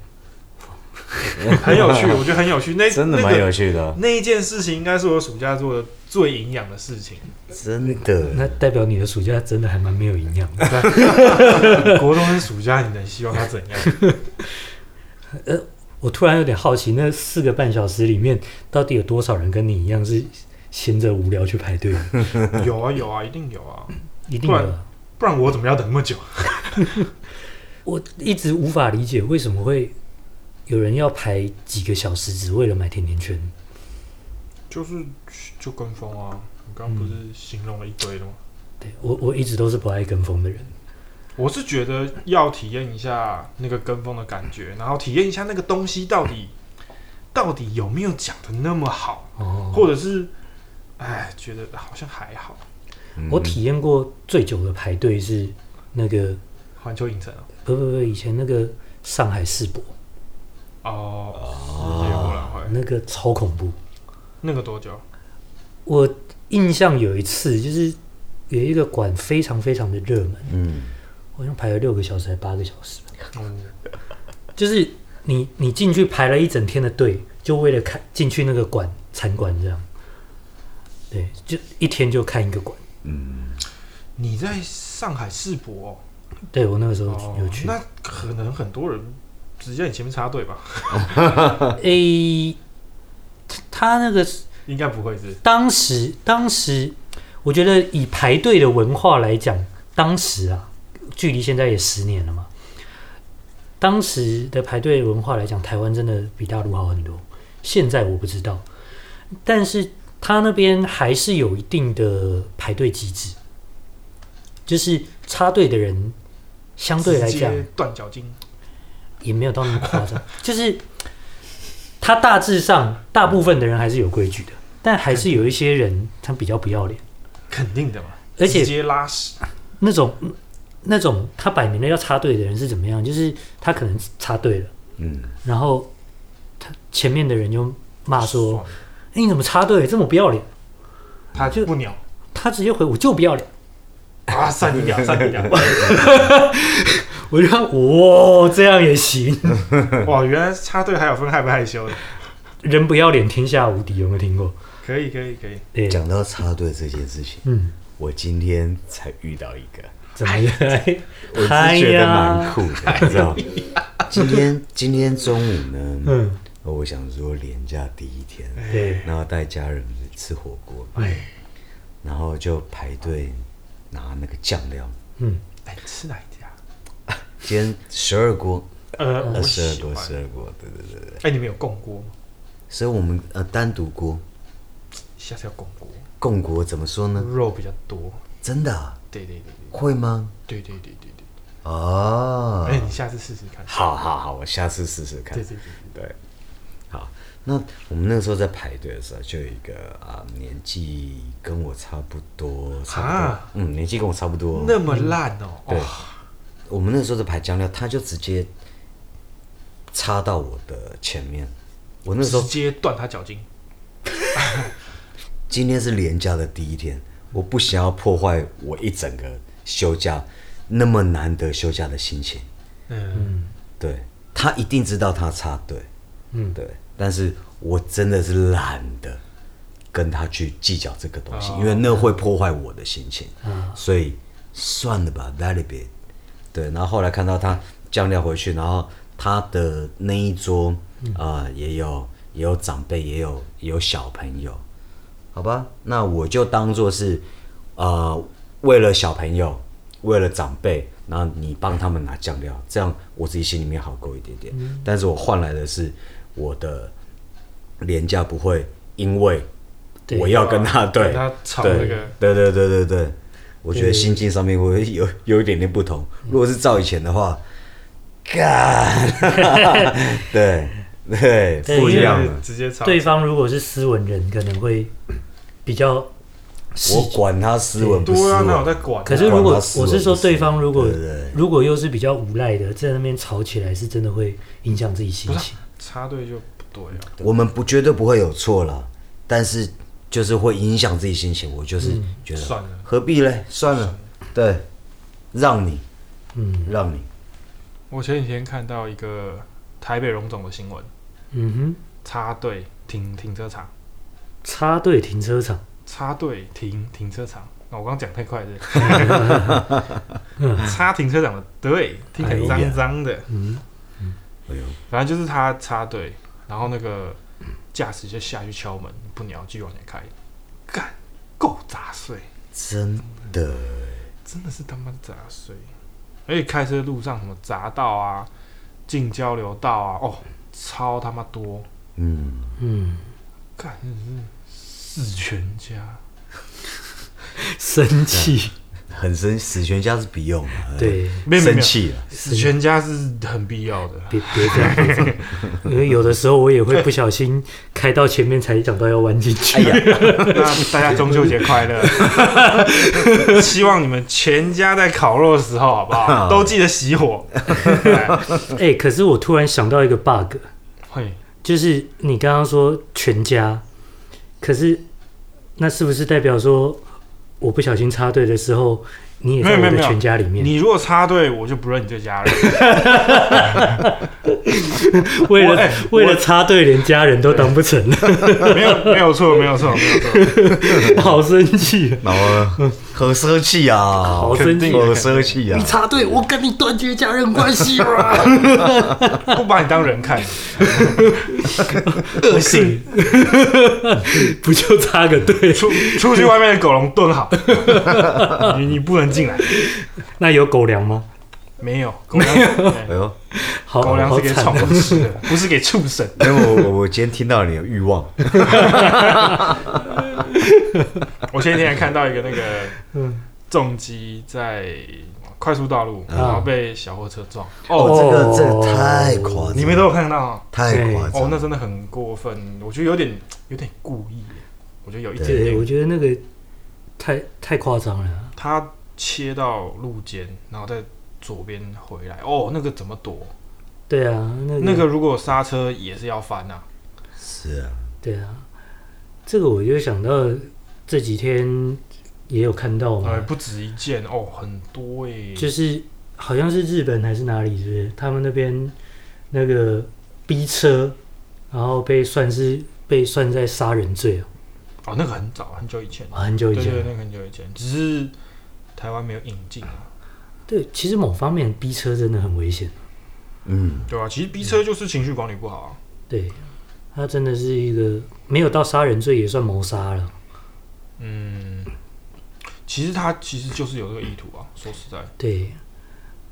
S3: 很有 趣，我觉得很有趣。那
S1: 真的
S3: 那
S1: 蛮
S3: 个
S1: 有趣的，
S3: 那一件事情应该是我暑假做的最营养的 事情。
S1: 真的，
S2: 那代表你的暑假真的还蛮没有营养 的。
S3: 国中生暑假，你能希望他怎样？
S2: 我突然有点好奇，那四个半小时里面，到底有多少人跟你一样是闲着无聊去排队的？
S3: 有啊，有啊，一定有啊，
S2: 一定有啊
S3: 不然。不然我怎么要等那么久？
S2: 我一直无法理解为什么会有人要排几个小时，只为了买甜甜圈。
S3: 就是就跟风啊，你刚刚不是形容了一堆了吗？
S2: 对我，我一直都是不爱跟风的人。
S3: 嗯我是觉得要体验一下那个跟风的感觉，然后体验一下那个东西到底到底有没有讲的那么好。
S2: 哦，
S3: 或者是，哎，觉得好像还好。
S1: 嗯
S2: 我体验过最久的排队是那个
S3: 环球影城啊
S2: 不不不，以前那个上海世博
S3: 哦，世界博览会
S2: 那个超恐怖。
S3: 那个多久？
S2: 我印象有一次就是有一个馆非常非常的热门，
S1: 嗯，
S2: 好像排了六个小时还八个小时吧，
S3: 嗯，
S2: 就是你你进去排了一整天的队，就为了看进去那个馆参观这样。对，就一天就看一个馆。
S3: 你在上海世博
S2: 对我那个时
S3: 哦
S2: 候有去，
S3: 那可能很多人直接在你前面插队吧？
S2: 诶、他他那个
S3: 应该不会是
S2: 当时，当时我觉得以排队的文化来讲，当时啊，距离现在也十年了嘛。当时的排队文化来讲，台湾真的比大陆好很多。现在我不知道，但是他那边还是有一定的排队机制，就是插队的人相对来
S3: 直
S2: 讲
S3: 接断脚筋。
S2: 也没有到那么夸张， 就是他大致上大部分的人还是有规矩的，但还是有一些人他比较不要脸，
S3: 肯定的嘛，
S2: 而且
S3: 直接拉屎，
S2: 那种那种他摆明了要插队的人是怎么样？就是他可能插队了，
S1: 嗯，
S2: 然后他前面的人就骂说
S3: 爽，：“
S2: 哎，你怎么插队这么不要脸
S3: 他就不鸟
S2: 他直接回：“我就不要脸。
S3: 啊，散你鸟，散你鸟！”
S2: 我就看 哇，这样也行，
S3: 哇，原来插队还有分害不害羞的，
S2: 人不要脸，天下无敌，有没有听过？
S3: 可以，可以，可以，
S2: 对，
S1: 讲到插队这件事情，
S2: 嗯，
S1: 我今天才遇到一个，
S2: 怎么样？
S1: 我是觉得 蛮酷的，你知道吗？ 今天今天中午呢，
S2: 嗯，
S1: 我想说连假第一天，
S2: 对，
S1: 然后带家人吃火锅，
S2: 哎，
S1: 然后就排队拿那个酱料。
S2: 嗯，
S3: 哎，吃哪一家？
S1: 今天十二锅，
S3: 呃，我
S1: 十二
S3: 喜
S1: 锅，
S3: 欢。
S1: 十二锅，对对对对。
S3: 哎，你们有共锅吗？
S1: 所以我们呃单独锅、
S3: 下次要共锅，
S1: 共锅怎么说呢？
S3: 肉比较多。
S1: 真的啊
S3: 对对对
S1: 会吗？
S3: 对对对对对对。
S1: 哦，
S3: 哎，你下次试试看。
S1: 好好好，我下次试试看。
S3: 对对对，
S1: 对，好，那我们那个时候在排队的时候，就有一个啊、年纪跟我差不多，差不多，
S3: 啊
S1: 嗯，年纪跟我差不多。
S3: 那么烂哦。
S1: 对
S3: 哦，
S1: 我们那时候在排酱料，他就直接插到我的前面。我那时
S3: 直
S1: 候
S3: 接断他脚筋。
S1: 今天是连假的第一天，我不想要破坏我一整个休假那么难得休假的心情。
S3: 嗯，
S1: 对他一定知道他插队，
S2: 嗯
S1: 对，但是我真的是懒得跟他去计较这个东西，因为那会破坏我的心情，所以算了吧，let it be。对，然后后来看到他酱料回去，然后他的那一桌啊、呃也有也有长辈，也有也有小朋友，好吧，那我就当做是，呃，为了小朋友，为了长辈，然后你帮他们拿酱料，这样我自己心里面好过一点点。
S3: 嗯
S1: 但是我换来的是我的廉价不会，因为
S2: 对
S1: 我要跟他对
S3: 跟他吵
S1: 对
S3: 那个
S1: 对对对对对，我觉得
S2: 对
S1: 心境上面会有有一点点不同。
S3: 嗯
S1: 如果是照以前的 话，干， 对对，
S2: 对
S1: 不一样啊了。
S3: 直接吵。
S2: 对方如果是斯文人，可能会比较
S1: 哦
S2: 细
S1: 我管他斯文不斯
S3: 对啊，
S1: 文
S3: 那，我在管啊。
S2: 可是如
S1: 管
S2: 果
S1: 他斯
S2: 我
S1: 文
S2: 是说
S1: 不斯
S2: 对方
S1: 文
S2: 如果
S1: 对对对
S2: 如果又是比较无赖的，在那边吵起来，是真的会影响自己心
S3: 不是
S2: 情。
S1: 啊
S3: 插队就不对啊了。
S1: 我们不绝对不会有错了，但是就是会影响自己心情。我就是觉
S2: 嗯
S1: 得、
S3: 算了
S1: 何必嘞？算了，对，让你
S2: 嗯
S1: 让你
S3: 我前几天看到一个台北荣总的新闻，
S2: 嗯哼，
S3: 插队停停车场，
S2: 插队停车场，
S3: 插队停停车场。哦那我刚刚讲太快了，插停车场的，对，听起来脏脏的。
S2: 嗯，
S1: 哎呦，
S3: 反正就是他插队，然后那个驾驶就下去敲门，不鸟，继续往前开，干，够杂碎，
S1: 真的
S3: 真的是他妈的杂碎。而且开车路上什么匝道啊、近交流道啊，哦，超他妈多，
S1: 嗯，
S2: 嗯，
S3: 干，真的是死全家。
S2: 生气，
S1: 很生死全家是不用了，哎
S2: 对，
S3: 没有没有
S1: 生
S3: 没有
S1: 气啊了，
S3: 死全家是很必要的。
S2: 别别这样，别这 样，因为有的时候我也会不小心开到前面才想到要弯进去。
S1: 哎
S3: 那大家中秋节快乐！ 希望你们全家在烤肉的时候，好不
S2: 啊
S3: 好？都记得熄 火。
S2: 哎、可是我突然想到一个 bug，
S3: 嘿，
S2: 就是你刚刚说全家，可是那是不是代表说我不小心插队的时候，你也
S3: 没
S2: 在
S3: 有
S2: 我
S3: 没有
S2: 的
S3: 没有
S2: 全家里面？
S3: 你如果插队，我就不认你这家人。
S2: 为
S3: 我
S2: 了、
S3: 哎
S2: 为了插队，连家人都当不 成了，
S3: 没有没有错，没有错，没有错。
S2: 好生气啊！
S1: 然后呢好生气啊，
S2: 好
S3: 肯
S2: 生
S3: 定
S2: 气！
S1: 好生气啊，
S2: 插队，我跟你断绝家人关系 了。
S3: 不把你当人看，
S2: 恶心， 不就插个队？
S3: 出出去外面的狗笼蹲好， 你你不能进来。
S2: 那有狗粮吗？
S3: 没有 狗粮，
S1: 哎
S3: 对
S1: 呦，
S2: 好，
S3: 狗粮
S2: 好
S3: 是给
S2: 惨
S3: 宠
S2: 啊
S3: 物吃的，不是给畜生。
S1: 没有我我我今天听到你的欲望，
S3: 我前几天还看到一个那个重机在快速道
S2: 啊
S3: 路，然后被小货车撞。
S1: 哦，
S3: 哦，
S1: 这个这个太夸张，
S3: 你们都有看到哦？
S1: 太夸
S3: 哦
S1: 张，，
S3: 那真的很过分，我觉得有点有点故意耶，我觉得有一点
S2: 对，我
S3: 点。
S2: 觉得那个太太夸张了。啊
S3: 他切到路肩，然后再左边回来，哦，那个怎么躲？
S2: 对啊，那个、
S3: 那个如果刹车也是要翻啊呐。
S1: 是啊，
S2: 对啊，这个我就想到这几天也有看到嘛，
S3: 呃，不止一件哦，很多哎。
S2: 哦就是好像是日本还是哪里，是不是？他们那边那个逼车，然后被算是被算在杀人罪哦
S3: 哦，那个很早很久以前，
S2: 啊，很久
S3: 对
S2: 以前
S3: 对，那个很久以前，只是台湾没有引进啊。
S2: 对，其实某方面逼车真的很危险，
S1: 嗯，
S3: 对啊，其实逼车就是情绪管理不好啊。
S2: 对，它真的是一个没有到杀人罪也算谋杀了。
S3: 嗯，其实他其实就是有这个意图啊。说实在，
S2: 对，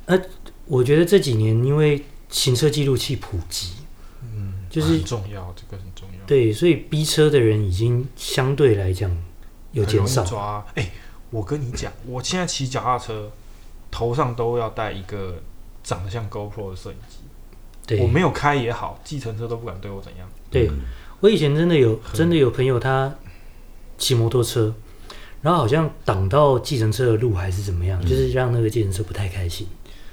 S2: 呃，我觉得这几年因为行车记录器普及，
S3: 嗯，
S2: 就是
S3: 很重要，这个很重要，
S2: 对，所以逼车的人已经相对来讲有
S3: 很
S2: 减
S3: 容易
S2: 少。
S3: 抓。哎、我跟你讲，我现在骑脚踏车，头上都要带一个长得像 GoPro 的摄影机。
S2: 对，
S3: 我没有开也好，计程车都不敢对我怎样。
S2: 对
S1: 嗯
S2: 我以前真的有
S3: 很
S2: 真的有朋友他骑摩托车，然后好像挡到计程车的路还是怎么
S3: 嗯
S2: 样，就是让那个计程车不太开心，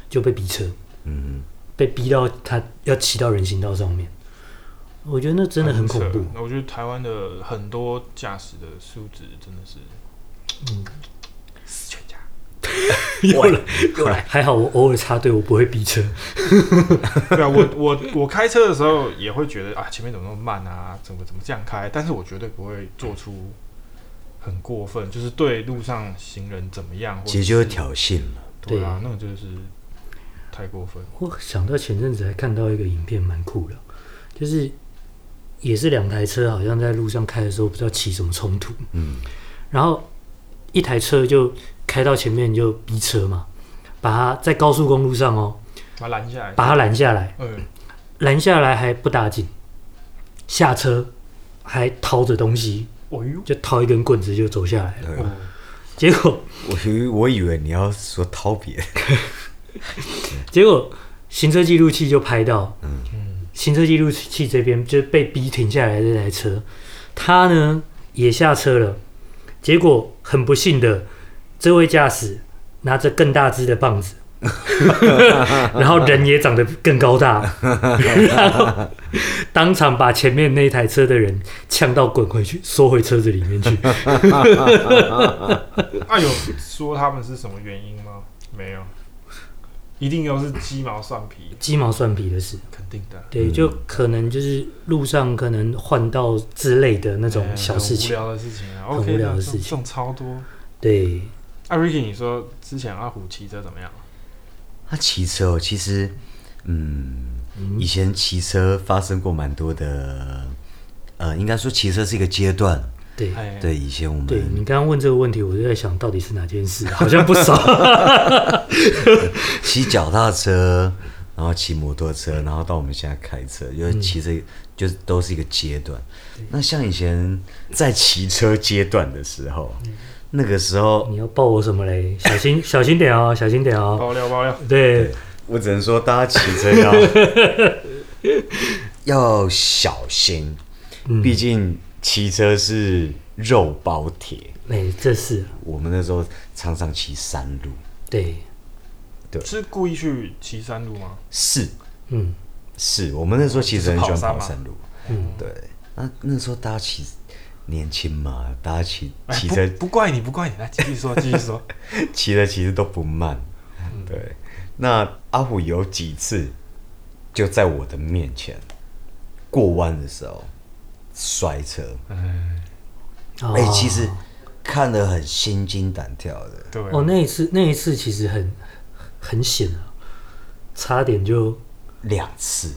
S2: 就被逼车，
S1: 嗯
S2: 被逼到他要骑到人行道上面。我觉得那真的很恐怖。
S3: 扯。我觉得台湾的很多驾驶的素质真的是，
S2: 嗯，
S3: 死全家。
S1: 哼，
S2: 又来
S1: 喂
S2: 又来，还好我偶尔插队，我不会逼车。
S3: 对啊，我我我开车的时候也会觉得啊，前面怎么那么慢啊，怎么怎么这样开？但是我绝对不会做出很过分，就是对路上行人怎么样，或者
S1: 其实就是是挑衅了。
S3: 对啊，那种就是太过分。
S2: 我想到前阵子还看到一个影片，蛮酷的，就是也是两台车好像在路上开的时候，不知道起什么冲突，
S1: 嗯，
S2: 然后一台车就开到前面就逼车嘛，把它在高速公路上哦，
S3: 把它拦下来，
S2: 把它拦下来，
S3: 嗯，
S2: 拦下来还不打紧，下车还掏着东西，
S3: 哦呦，
S2: 就掏一根棍子就走下来了，
S1: 对
S3: 哦
S2: 结果
S1: 我以我以为你要说掏 别人，
S2: 结果行车记录器就拍到，
S3: 嗯
S2: 行车记录器这边就是被逼停下来的这台车，他呢也下车了，结果很不幸的，这位驾驶拿着更大只的棒子，然后人也长得更高大，然后当场把前面那台车的人呛到滚回去，缩回车子里面去。
S3: 啊，有说他们是什么原因吗？没有，一定都是鸡毛蒜皮，
S2: 鸡毛蒜皮的事，
S3: 肯定的
S2: 对，就可能就是路上可能换道之类的那
S3: 那
S2: 种小事情
S3: 哎无，聊的事情啊
S2: 很
S3: ，OK
S2: 无聊的
S3: 这
S2: 事
S3: 种
S2: 情
S3: 这种超多。
S2: 对。
S3: 啊，Ricky，你说之前阿虎骑车怎么样？
S1: 他骑车哦，其实，嗯，以前骑车发生过蛮多的，呃，应该说骑车是一个阶段。
S2: 对
S3: 哎，
S1: 对，以前我们
S2: 对，你刚刚问这个问题，我就在想到底是哪件事，好像不少。
S1: 骑脚踏车， 然后骑摩托车，然后到我们现在开车，就是骑着，就是都是一个阶段。那像以前在骑车阶段的时候，那个时候
S2: 你要抱我什么嘞？小心，小心点哦，小心点哦。
S3: 爆料爆料，
S2: 对，
S1: 我只能说大家骑车要 要小心，
S3: 嗯
S1: 毕竟骑车是肉包铁。
S2: 哎，这是
S1: 我们那时候常常骑山路，
S2: 对，
S3: 是故意去骑山路吗？
S1: 是
S2: 嗯，
S1: 是，我们那时候其实很喜欢
S3: 就是
S1: 跑
S3: 跑山嘛
S1: 山路。
S2: 嗯
S1: 对，那那时候大家骑年轻嘛，大家骑
S3: 哎
S1: 骑
S3: 不
S1: 车
S3: 不怪你，不怪你，来继 续说，继续说。
S1: 骑的其实都不慢。
S3: 嗯
S1: 对，那阿虎有几次就在我的面前过弯的时候摔车，
S2: 哦
S1: 哎、其实看得很心惊胆跳的。
S3: 对，
S2: 哦，那一次，那一次其实很很险啊，差点就
S1: 两次，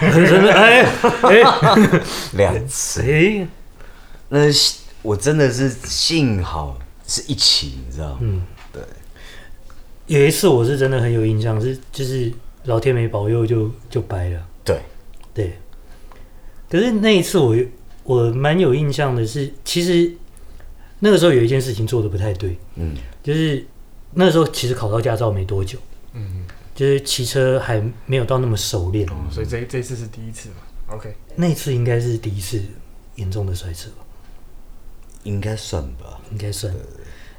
S2: 真的，哎哎
S1: 两次，
S2: 哎，
S1: 那是我真的是幸好是一起，你知道吗？对，
S2: 有一次我是真的很有印象，是就是老天没保佑就就掰了。
S1: 对，
S2: 对。可是那一次我有我蛮有印象的是，其实那个时候有一件事情做的不太对，
S1: 嗯
S2: 就是那时候其实考到驾照没多久，
S3: 嗯，
S2: 就是骑车还没有到那么熟练。
S3: 哦所以
S1: 嗯
S3: 这这次是第一次嘛？OK，
S2: 那一次应该是第一次严重的摔车吧，
S1: 应该算吧。
S2: 应该算。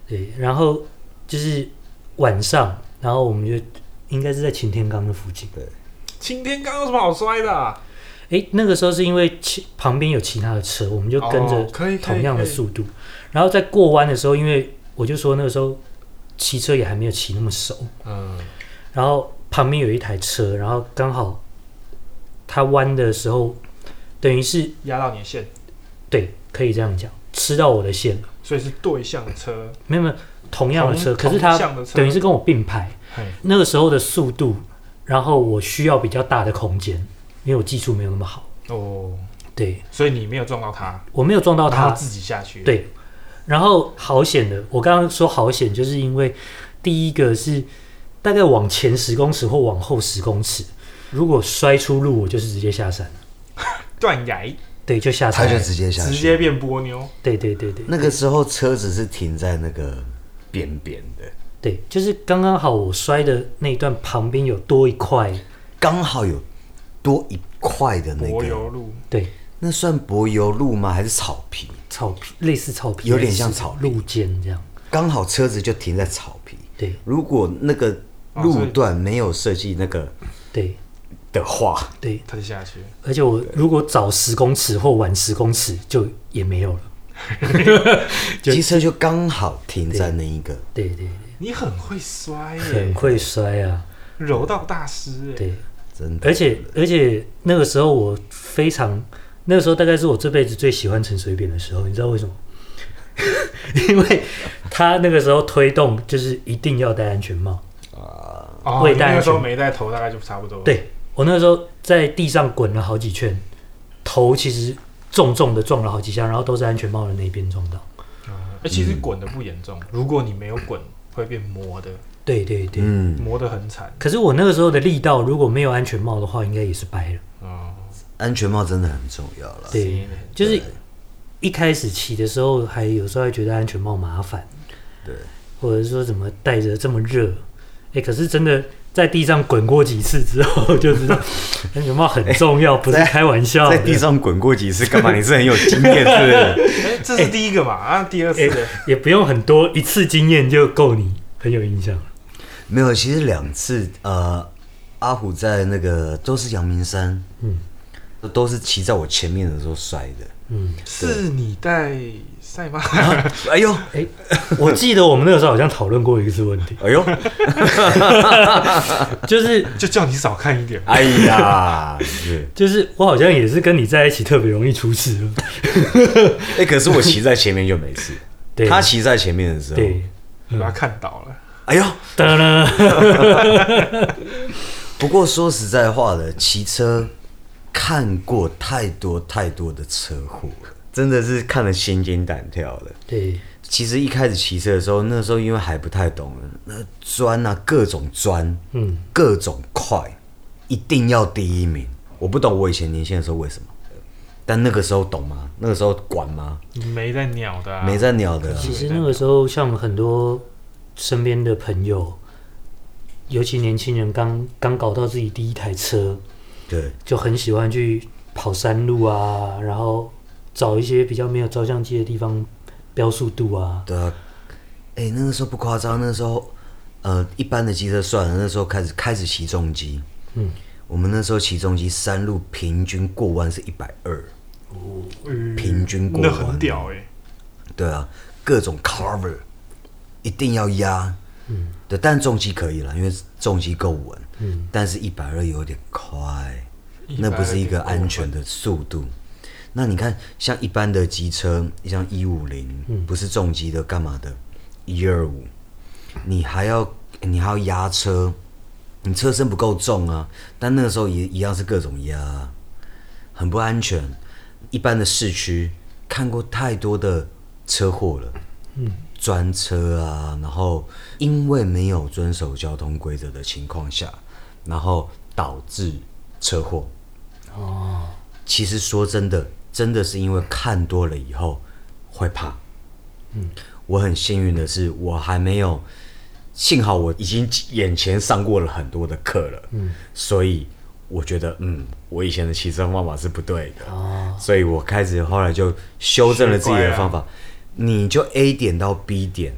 S2: 对，然后就是晚上，然后我们就应该是在擎天岗的附近。
S3: 擎天刚有什么好摔的啊？
S2: 诶，那个时候是因为其旁边有其他的车，我们就跟着
S3: 哦可以可以
S2: 同样的
S3: 可以
S2: 速度。然后在过弯的时候，因为我就说那个时候骑车也还没有骑那么熟，
S3: 嗯，
S2: 然后旁边有一台车，然后刚好它弯的时候，等于是
S3: 压到你的线，
S2: 对，可以这样讲，吃到我的线了。
S3: 所以是对向车，
S2: 没有没有，同样的车，
S3: 同
S2: 可是它
S3: 同向的车
S2: 等于是跟我并排，
S3: 嘿
S2: 那个时候的速度，然后我需要比较大的空间，因为我技术没有那么好。
S3: 哦，
S2: 对
S3: 所以你没有撞到他，
S2: 我没有撞到
S3: 然
S2: 它
S3: 后，自己下去，，
S2: 哦对，然后好险的，我刚刚说好险，就是因为第一个是大概往前十公尺或往后十公尺，如果摔出路，我就是直接下山了
S3: 断崖
S2: 对，就下
S1: 他
S2: 山
S1: 就
S2: 了。
S1: 哎直接下
S3: 直
S1: 去。
S3: 接变波妞，
S2: 对对对对
S1: 那个时候车子是停在那个边边的，
S2: 对，就是刚刚好我摔的那一段旁边有多一块，
S1: 刚好有多一块的那
S3: 柏
S1: 个，
S3: 油路，
S2: 对，
S1: 那算柏油路吗？还是草皮？
S2: 草皮类似草皮，
S1: 有点像草
S2: 路肩这样。
S1: 刚好车子就停在草皮。
S2: 对
S1: 如果那个
S3: 哦所
S1: 路
S3: 以
S1: 段没有设计那个
S2: 对
S1: 的话，
S2: 对，
S3: 他就下去了。
S2: 而且我如果早十公尺或晚十公尺，就也没有了。
S1: 机车就刚好停在那一个。
S2: 对对
S3: 你很会摔耶、
S2: 对，很会摔啊。
S3: 柔道大师哎、
S2: 对，
S1: 真的，
S2: 而且而且那个时候我非常，那个时候大概是我这辈子最喜欢陈水扁的时候，你知道为什么？ 因为他那个时候推动就是一定要戴安全帽。
S3: 哦，
S2: 会
S3: 你
S2: 戴
S3: 那
S2: 安
S3: 个时候
S2: 全
S3: 没戴头，大概就差不多。，
S2: 对我那时候在地上滚了好几圈，头其实重重的撞了好几下，然后都是安全帽的那一边撞到。
S3: 哎，其
S1: 嗯
S3: 实滚的不严重，如果你没有滚，会变磨的，
S2: 对对对。
S1: 嗯，
S3: 磨得很惨。
S2: 可是我那个时候的力道，如果没有安全帽的话，应该也是掰了。
S3: 哦，
S1: 安全帽真的很重要了。
S2: 对，就是一开始骑的时候，还有时候还觉得安全帽麻烦，
S1: 对，
S2: 或者说怎么戴着这么热，哎、可是真的在地上滚过几次之后，就 知道安全帽很重要，不是
S1: 在
S2: 开玩笑的。
S1: 在地上滚过几次干嘛？你是很有经验，是不是？
S3: 哎，这是第一个嘛，啊，第二次
S2: 哎、
S3: 的
S2: 也不用很多，一次经验就够你很有印象了。
S1: 没有，其实两次，呃，阿虎在那个都是阳明山，
S2: 嗯
S1: 都是骑在我前面的时候摔的。
S2: 嗯，
S3: 是你带赛吗？
S1: 哎呦，
S2: 哎、我记得我们那个时候好像讨论过一次问题，
S1: 哎呦，
S2: 就是
S3: 就叫你少看一点。
S1: 哎呀，是，
S2: 就是我好像也是跟你在一起特别容易出事了。
S1: 哎、可是我骑在前面就没事，
S2: 对，
S1: 他骑在前面的时候，
S2: 对，
S3: 你把他看倒了，
S1: 哎呦，
S2: 当然。
S1: 不过说实在话的，骑车看过太多太多的车祸了，真的是看得心惊胆跳的。
S2: 对
S1: 其实一开始骑车的时候，那时候因为还不太懂，那钻啊各种钻，
S2: 嗯，
S1: 各种快，一定要第一名。我不懂我以前年轻的时候为什么，但那个时候懂吗？那个时候管吗？
S3: 你没在鸟的、啊，
S1: 没在鸟的啊、
S2: 其实那个时候，像很多身边的朋友，尤其年轻人刚刚搞到自己第一台车，
S1: 对，
S2: 就很喜欢去跑山路啊，然后找一些比较没有照相机的地方标速度啊。
S1: 对啊，哎、那个时候不夸张，那个时候，呃，一般的机车算了，那时候开始开始骑重机，
S2: 嗯，
S1: 我们那时候骑重机山路平均过弯是一百二，
S3: 嗯
S1: 平均过
S3: 那
S1: 弯，
S3: 很屌哎、
S1: 对啊，各种 cover 一定要压，嗯，对，但重机可以了，因为重机够稳，嗯，但是一百二有点快，那不是一个安全的速度。那你看，像一般的机车，像一五零，不是重机的，干嘛的？一二五，你还要你还要压车，你车身不够重啊，但那个时候也一样是各种压啊、很不安全。一般的市区看过太多的车祸了，嗯，专车啊，然后因为没有遵守交通规则的情况下，然后导致车祸。哦，其实说真的，真的是因为看多了以后会怕。嗯，我很幸运的是，我还没有，幸好我已经眼前上过了很多的课了。嗯，所以我觉得，嗯，我以前的骑车方法是不对的。
S2: 哦，
S1: 所以我开始后来就修正了自己的方法，你就 A 点到 B 点，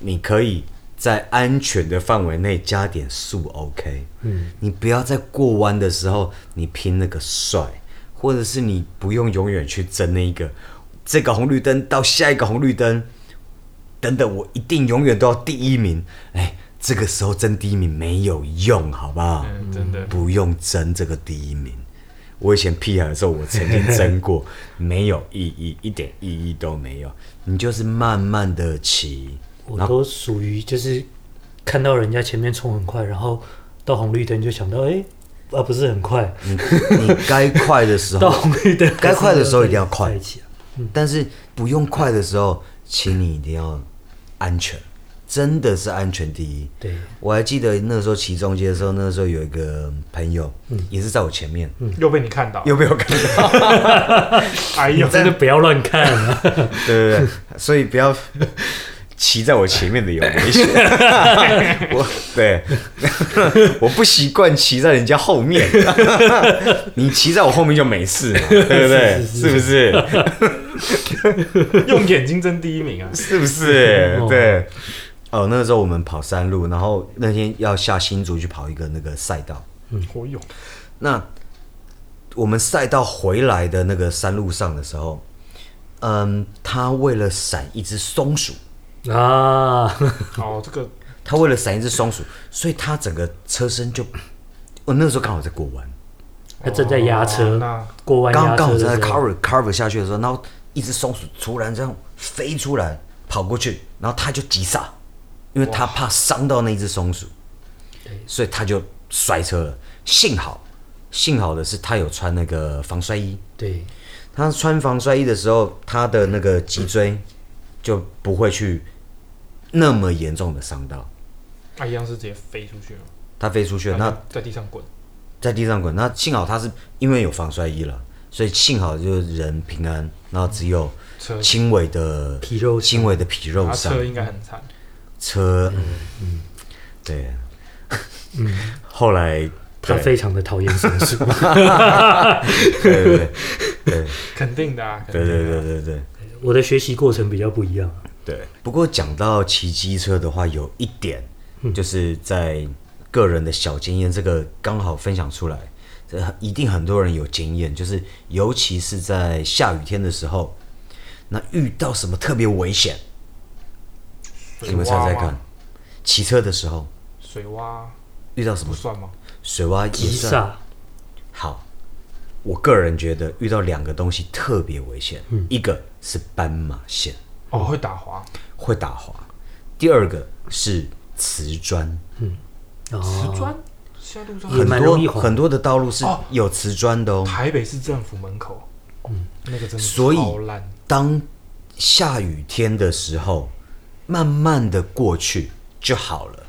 S1: 你可以在安全的范围内加点速，OK，嗯，你不要在过弯的时候你拼那个帅，或者是你不用永远去争那一个，这个红绿灯到下一个红绿灯，等等，我一定永远都要第一名，哎，这个时候争第一名没有用，好不好？
S3: 嗯，真的，
S1: 不用争这个第一名。我以前屁孩的时候，我曾经争过，没有意义，一点意义都没有。你就是慢慢的骑，
S2: 我都属于就是看到人家前面冲很快，然后到红绿灯就想到，哎、啊，不是很快，
S1: 你你该快的时
S2: 到
S1: 候，
S2: 红绿灯
S1: 嗯该快的时候一定要快
S2: 在一起啊。
S1: 但是不用快的时候，请你一定要安全，真的是安全第一。
S2: 对，
S1: 我还记得那时候骑中街的时候，那时候有一个朋友，也是在我前面，
S3: 又被你看到，
S1: 有没有看到？
S3: 哎呦，
S2: 真的不要乱看啊！
S1: 对对对， 所以不要骑在我前面的 有危险。我对， 我不习惯骑在人家后面， 你骑在我后面就没 事嘛，对不对？
S2: 是是
S1: 是不是？
S3: 用眼睛争第一名啊！
S1: 是不是
S2: 哦？
S1: 对。哦，那个时候我们跑山路，然后那天要下新竹去跑一个那个赛道，
S3: 我有，
S1: 那我们赛道回来的那个山路上的时候，嗯，他为了闪一只松鼠，
S2: 啊，
S3: 哦，这个
S1: 他为了闪一只松鼠，所以他整个车身就，我那时候刚好在过弯，
S2: 他正在压
S3: 哦
S2: 车
S3: 那，
S2: 过弯
S1: 刚
S2: 压
S1: 刚好
S2: 车
S1: 在
S2: 的时候，
S1: cover cover 下去的时候，然后一只松鼠突然这样飞出来跑过去，然后他就急刹，因为他怕伤到那只松鼠，所以他就摔车了。幸好，幸好的是他有穿那个防摔衣。
S2: 对，
S1: 他穿防摔衣的时候，他的那个脊椎就不会去那么严重的伤到。
S3: 啊，一样是直接飞出去了，
S1: 他飞出去了，那
S3: 啊在地上滚，
S1: 在地上滚，那幸好他是因为有防摔衣了，所以幸好就是人平安，然后只有
S3: 车
S1: 轻微的
S2: 皮肉伤
S1: 轻微的皮肉
S3: 他
S1: 伤
S3: 车。应该很惨，
S1: 车，嗯，对，
S3: 嗯
S1: 后来
S2: 他
S1: 对
S2: 非常的讨厌松鼠。
S1: 对对对
S3: 肯定的啊，肯
S1: 对对
S3: 定的啊
S1: 对对对
S2: 我的学习过程比较不一样，
S1: 对。不过讲到骑机车的话，有一点就是在个人的小经验，这个刚好分享出来，这一定很多人有经验，就是尤其是在下雨天的时候，那遇到什么特别危险，
S3: 水
S1: 你们猜
S3: 蛙
S1: 猜
S3: 吗
S1: 看，骑车的时候
S3: 水蛙
S1: 遇到什
S3: 不
S1: 么
S3: 算吗？
S1: 水洼也
S2: 急
S1: 算
S2: 刹，
S1: 好。我个人觉得遇到两个东西特别危险，一个是斑马线
S3: 哦，会打滑，
S1: 会打滑，第二个是瓷砖，
S3: 瓷
S2: 哦，
S3: 砖，现在路上
S2: 也
S1: 啊很
S2: 蛮容易
S1: 多
S2: 滑
S1: 很多的道路是
S3: 哦
S1: 有瓷砖的哦。
S3: 台北市政府门口，嗯，那个真的
S1: 所以
S3: 超烂，
S1: 当下雨天的时候，慢慢的过去就好了。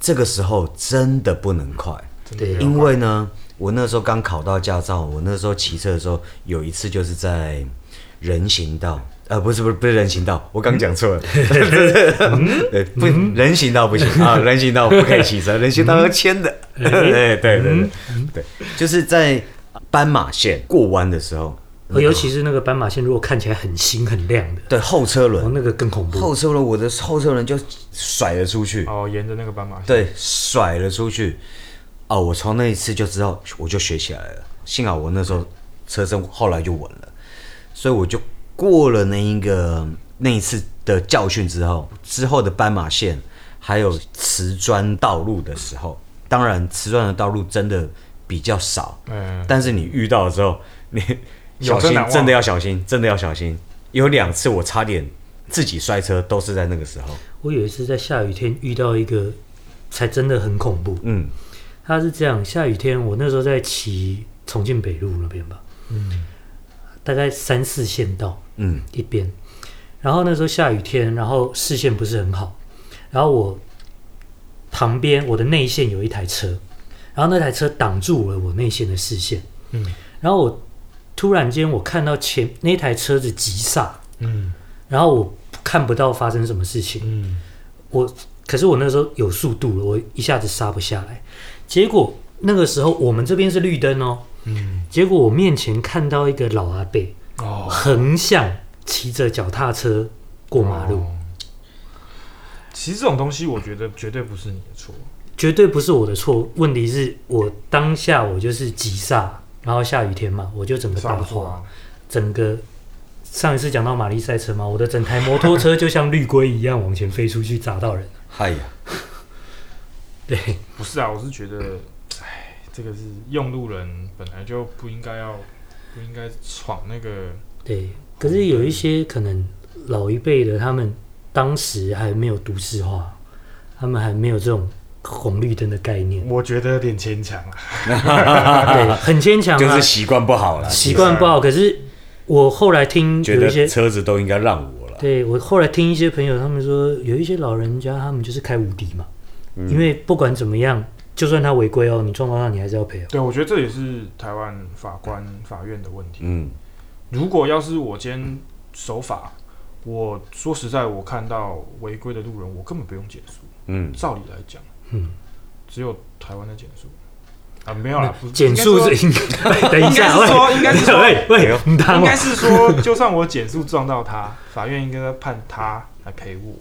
S1: 这个时候真的不能快，
S3: 真的
S2: 对，
S1: 因为呢，我那时候刚考到驾照，我那时候骑车的时候，有一次就是在人行道，呃，不是不是不是人行道，我刚讲错了， 对，不人行道不行啊，人行道不可以骑车，人行道要牵的， 对对对对对，就是在斑马线过弯的时候，
S2: 哦尤其是那个斑马线，如果看起来很新很亮的，
S1: 对后车
S2: 哦，
S1: 轮，
S2: 那个更恐怖。
S1: 后车轮我的后车轮就甩了出去，
S3: 哦，沿着那个斑马线，
S1: 对，甩了出去。哦，我从那一次就知道，我就学起来了。幸好我那时候车身后来就稳了，所以我就过了那一个那一次的教训之后，之后的斑马线还有瓷砖道路的时候，当然瓷砖的道路真的比较少，
S3: 嗯，
S1: 但是你遇到的时候，你
S3: 有
S1: 小
S3: 车
S1: 心
S3: 难忘，
S1: 真的要小心，真的要小心。有两次我差点自己摔车，都是在那个时候。
S2: 我有一次在下雨天遇到一个，才真的很恐怖。
S1: 嗯，
S2: 他是这样，下雨天我那时候在骑重庆北路那边吧，嗯，大概三四线道
S1: 嗯
S2: 一边，然后那时候下雨天，然后视线不是很好，然后我旁边我的内线有一台车，然后那台车挡住了我内线的视线，
S3: 嗯
S2: 然后我突然间我看到前那台车子急刹，
S3: 嗯
S2: 然后我看不到发生什么事情，
S3: 嗯，
S2: 我可是我那时候有速度了，我一下子刹不下来。结果那个时候我们这边是绿灯哦，
S3: 嗯，
S2: 结果我面前看到一个老阿伯
S3: 哦，
S2: 横向骑着脚踏车过马路，
S3: 哦其实这种东西，我觉得绝对不是你的错，
S2: 绝对不是我的错。问题是我当下我就是急刹，然后下雨天嘛，我就整个打
S3: 上错
S2: 滑，
S3: 啊，
S2: 整个。上一次讲到玛丽赛车嘛，我的整台摩托车就像绿龟一样往前飞出去砸到人。
S1: 嗨呀，
S2: 对，
S3: 不是啊，我是觉得，哎，这个是用路人本来就不应该要，不应该闯那个，
S2: 对，可是有一些可能老一辈的，他们当时还没有都市化，他们还没有这种红绿灯的概念，
S3: 我觉得有点牵强啊，
S2: 对，很牵强
S1: 就
S2: 啊
S1: 是，习惯不好了，
S2: 习惯不好。可是我后来听
S1: 觉
S2: 有一些
S1: 得车子都应该让我了。了。
S2: 对我后来听一些朋友他们说，有一些老人家他们就是开无敌嘛，
S3: 嗯
S2: 因为不管怎么样，就算他违规哦，你撞到他你还是要赔哦。
S3: 对，我觉得这也是台湾法官、法院的问题。
S1: 嗯，
S3: 如果要是我今天守法，我说实在，我看到违规的路人，我根本不用减速。
S1: 嗯，
S3: 照理来讲，
S2: 嗯，
S3: 只有台湾的减速啊，没有啦，不
S2: 减速
S3: 应
S2: 是应 该，等一
S3: 该
S2: 下，
S3: 说
S2: 喂
S3: 应该是 说，
S2: 喂啊喂，你打
S3: 应
S2: 我
S3: 该，是说，就算我减速撞到他，法院应该判他来赔我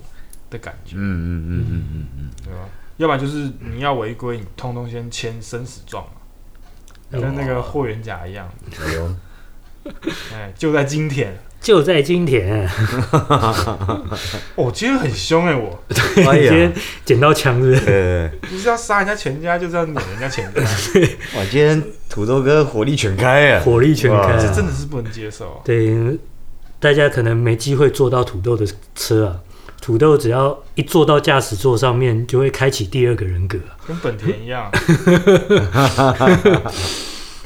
S3: 的感觉，
S1: 嗯嗯嗯嗯嗯
S3: 对吧？要不然就是你要违规，你通通先签生死状嘛，
S2: 嗯
S3: 跟那个霍元甲一样，
S1: 嗯，哎呦，
S3: 哎，就在今天，
S2: 就在今天，
S3: 哦，今天很凶哎，我
S1: 哎
S2: 今
S1: 呀
S2: 天，捡到枪是不是？
S1: 呃，
S3: 就是要杀人家全家，就是要撵人家全家，
S1: 哇，今天土豆哥火力全开呀，
S2: 火力全开、
S3: 这
S2: 啊，
S3: 真的是不能接受啊。
S2: 对，大家可能没机会坐到土豆的车啊。土豆只要一坐到驾驶座上面，就会开启第二个人格、啊。
S3: 跟本田一样，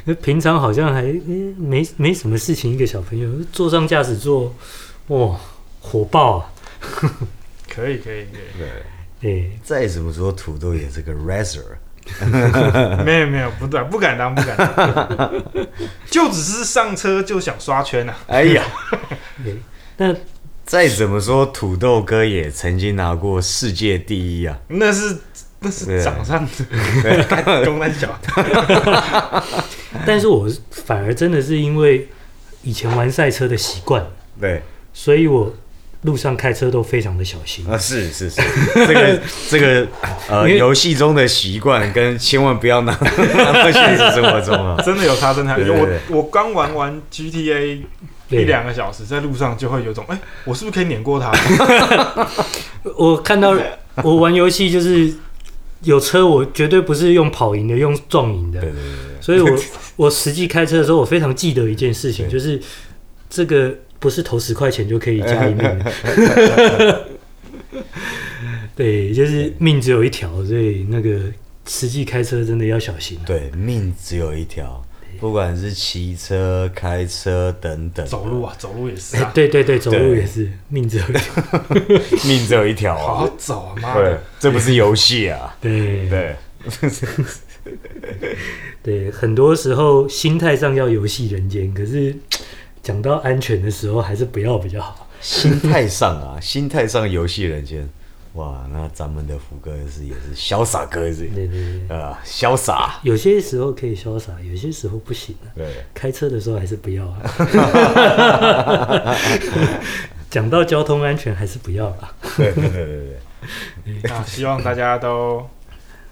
S2: 那平常好像还、嗯没没什么事情，一个小朋友坐上驾驶座，哇、火爆啊！
S3: 可以可以可以，
S1: 对，
S2: 对，
S1: 再怎么说土豆也是个 racer，
S3: 没有没有，不敢不敢当不敢当， 就只是上车就想刷圈呐、啊。
S1: 哎呀，
S2: 那
S1: 再怎么说土豆哥也曾经拿过世界第一啊，
S3: 那是那是
S1: 对
S3: 掌上 的东南角，
S2: 但是我反而真的是因为以前玩赛车的习惯，
S1: 对，
S2: 所以我路上开车都非常的小心。
S1: 啊是是是，这个这个呃
S2: 因为
S1: 游戏中的习惯跟千万不要拿 拿到现实生活中 啊，
S3: 真的有差，真的有。
S1: 对
S3: 我
S1: 对
S3: 我刚玩完 GTA
S2: 对
S3: 一两个小时，在路上就会有种，哎、我是不是可以碾过他？
S2: 我看到我玩游戏就是有车，我绝对不是用跑赢的，用撞赢的
S1: 对。对对对，
S2: 所以我我实际开车的时候，我非常记得一件事情，
S1: 对
S2: 就是这个不是投十块钱就可以加一命的。对，就是命只有一条，所以那个实际开车真的要小心、啊。
S1: 对命只有一条，不管是骑车、开车等等，
S3: 走路啊，走路也是
S2: 哎、
S3: 啊，
S2: 对对对，走路
S1: 对
S2: 也是命只有一条。
S1: 命只有一条
S3: 好好
S1: 啊，
S3: 走啊，妈
S1: 对
S3: 的，，
S1: 这不是游戏啊，
S2: 对
S1: 对，
S2: 对，很多时候心态上要游戏人间，可是讲到安全的时候，还是不要比较好。
S1: 心态上啊，心态上游戏人间，哇，那咱们的福哥是也是潇洒哥是。
S2: 对对对，
S1: 呃，潇洒，
S2: 有些时候可以潇洒，有些时候不行啊。
S1: 对，
S2: 开车的时候还是不要 啊。讲到交通安全，还是不要啦。
S1: 对对对对对，
S3: 啊，希望大家都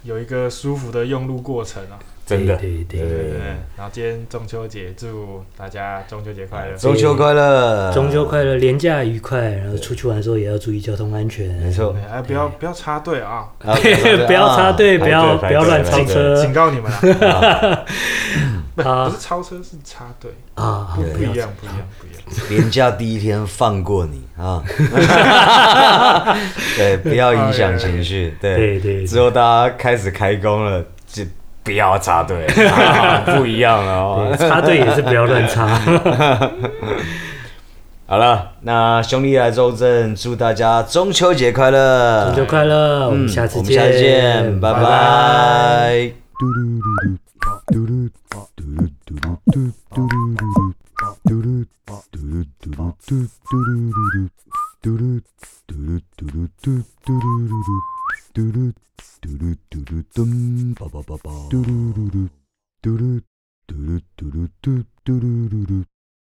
S3: 有一个舒服的用路过程啊。
S1: 真的，
S2: 对对对
S1: 对
S3: 对，然后今天中秋节，祝大家中秋节快乐。
S1: 啊中秋快乐，
S2: 中秋快乐，廉假愉快，然后出去玩的时候也要注意交通安全。
S1: 没错
S3: 对，，哎，不要不要插队啊！
S1: 啊
S2: 不要插队，不要不要乱超，
S1: 啊
S2: 车
S3: 警告你们了，
S2: 啊
S3: 不是超车，是插队，
S2: 啊
S3: 不！
S1: 对
S3: 不一样，不一样，不一样。
S1: 排队排队连假第一天放过你 啊，对，不要影响情绪，
S2: 哎对
S1: 对，
S2: 对，
S1: 之后大家开始开工了，就不要插 队，啊不一样了哦。
S2: 对插队也是不要 乱插。
S1: 好了，那兄弟来周正，祝大家中秋节快乐，
S2: 中秋快乐，我们
S1: 嗯，
S2: 下次
S1: 我们
S2: 见，
S1: 下次见，拜拜。
S4: Do do do do do do do do do do do do do do do do.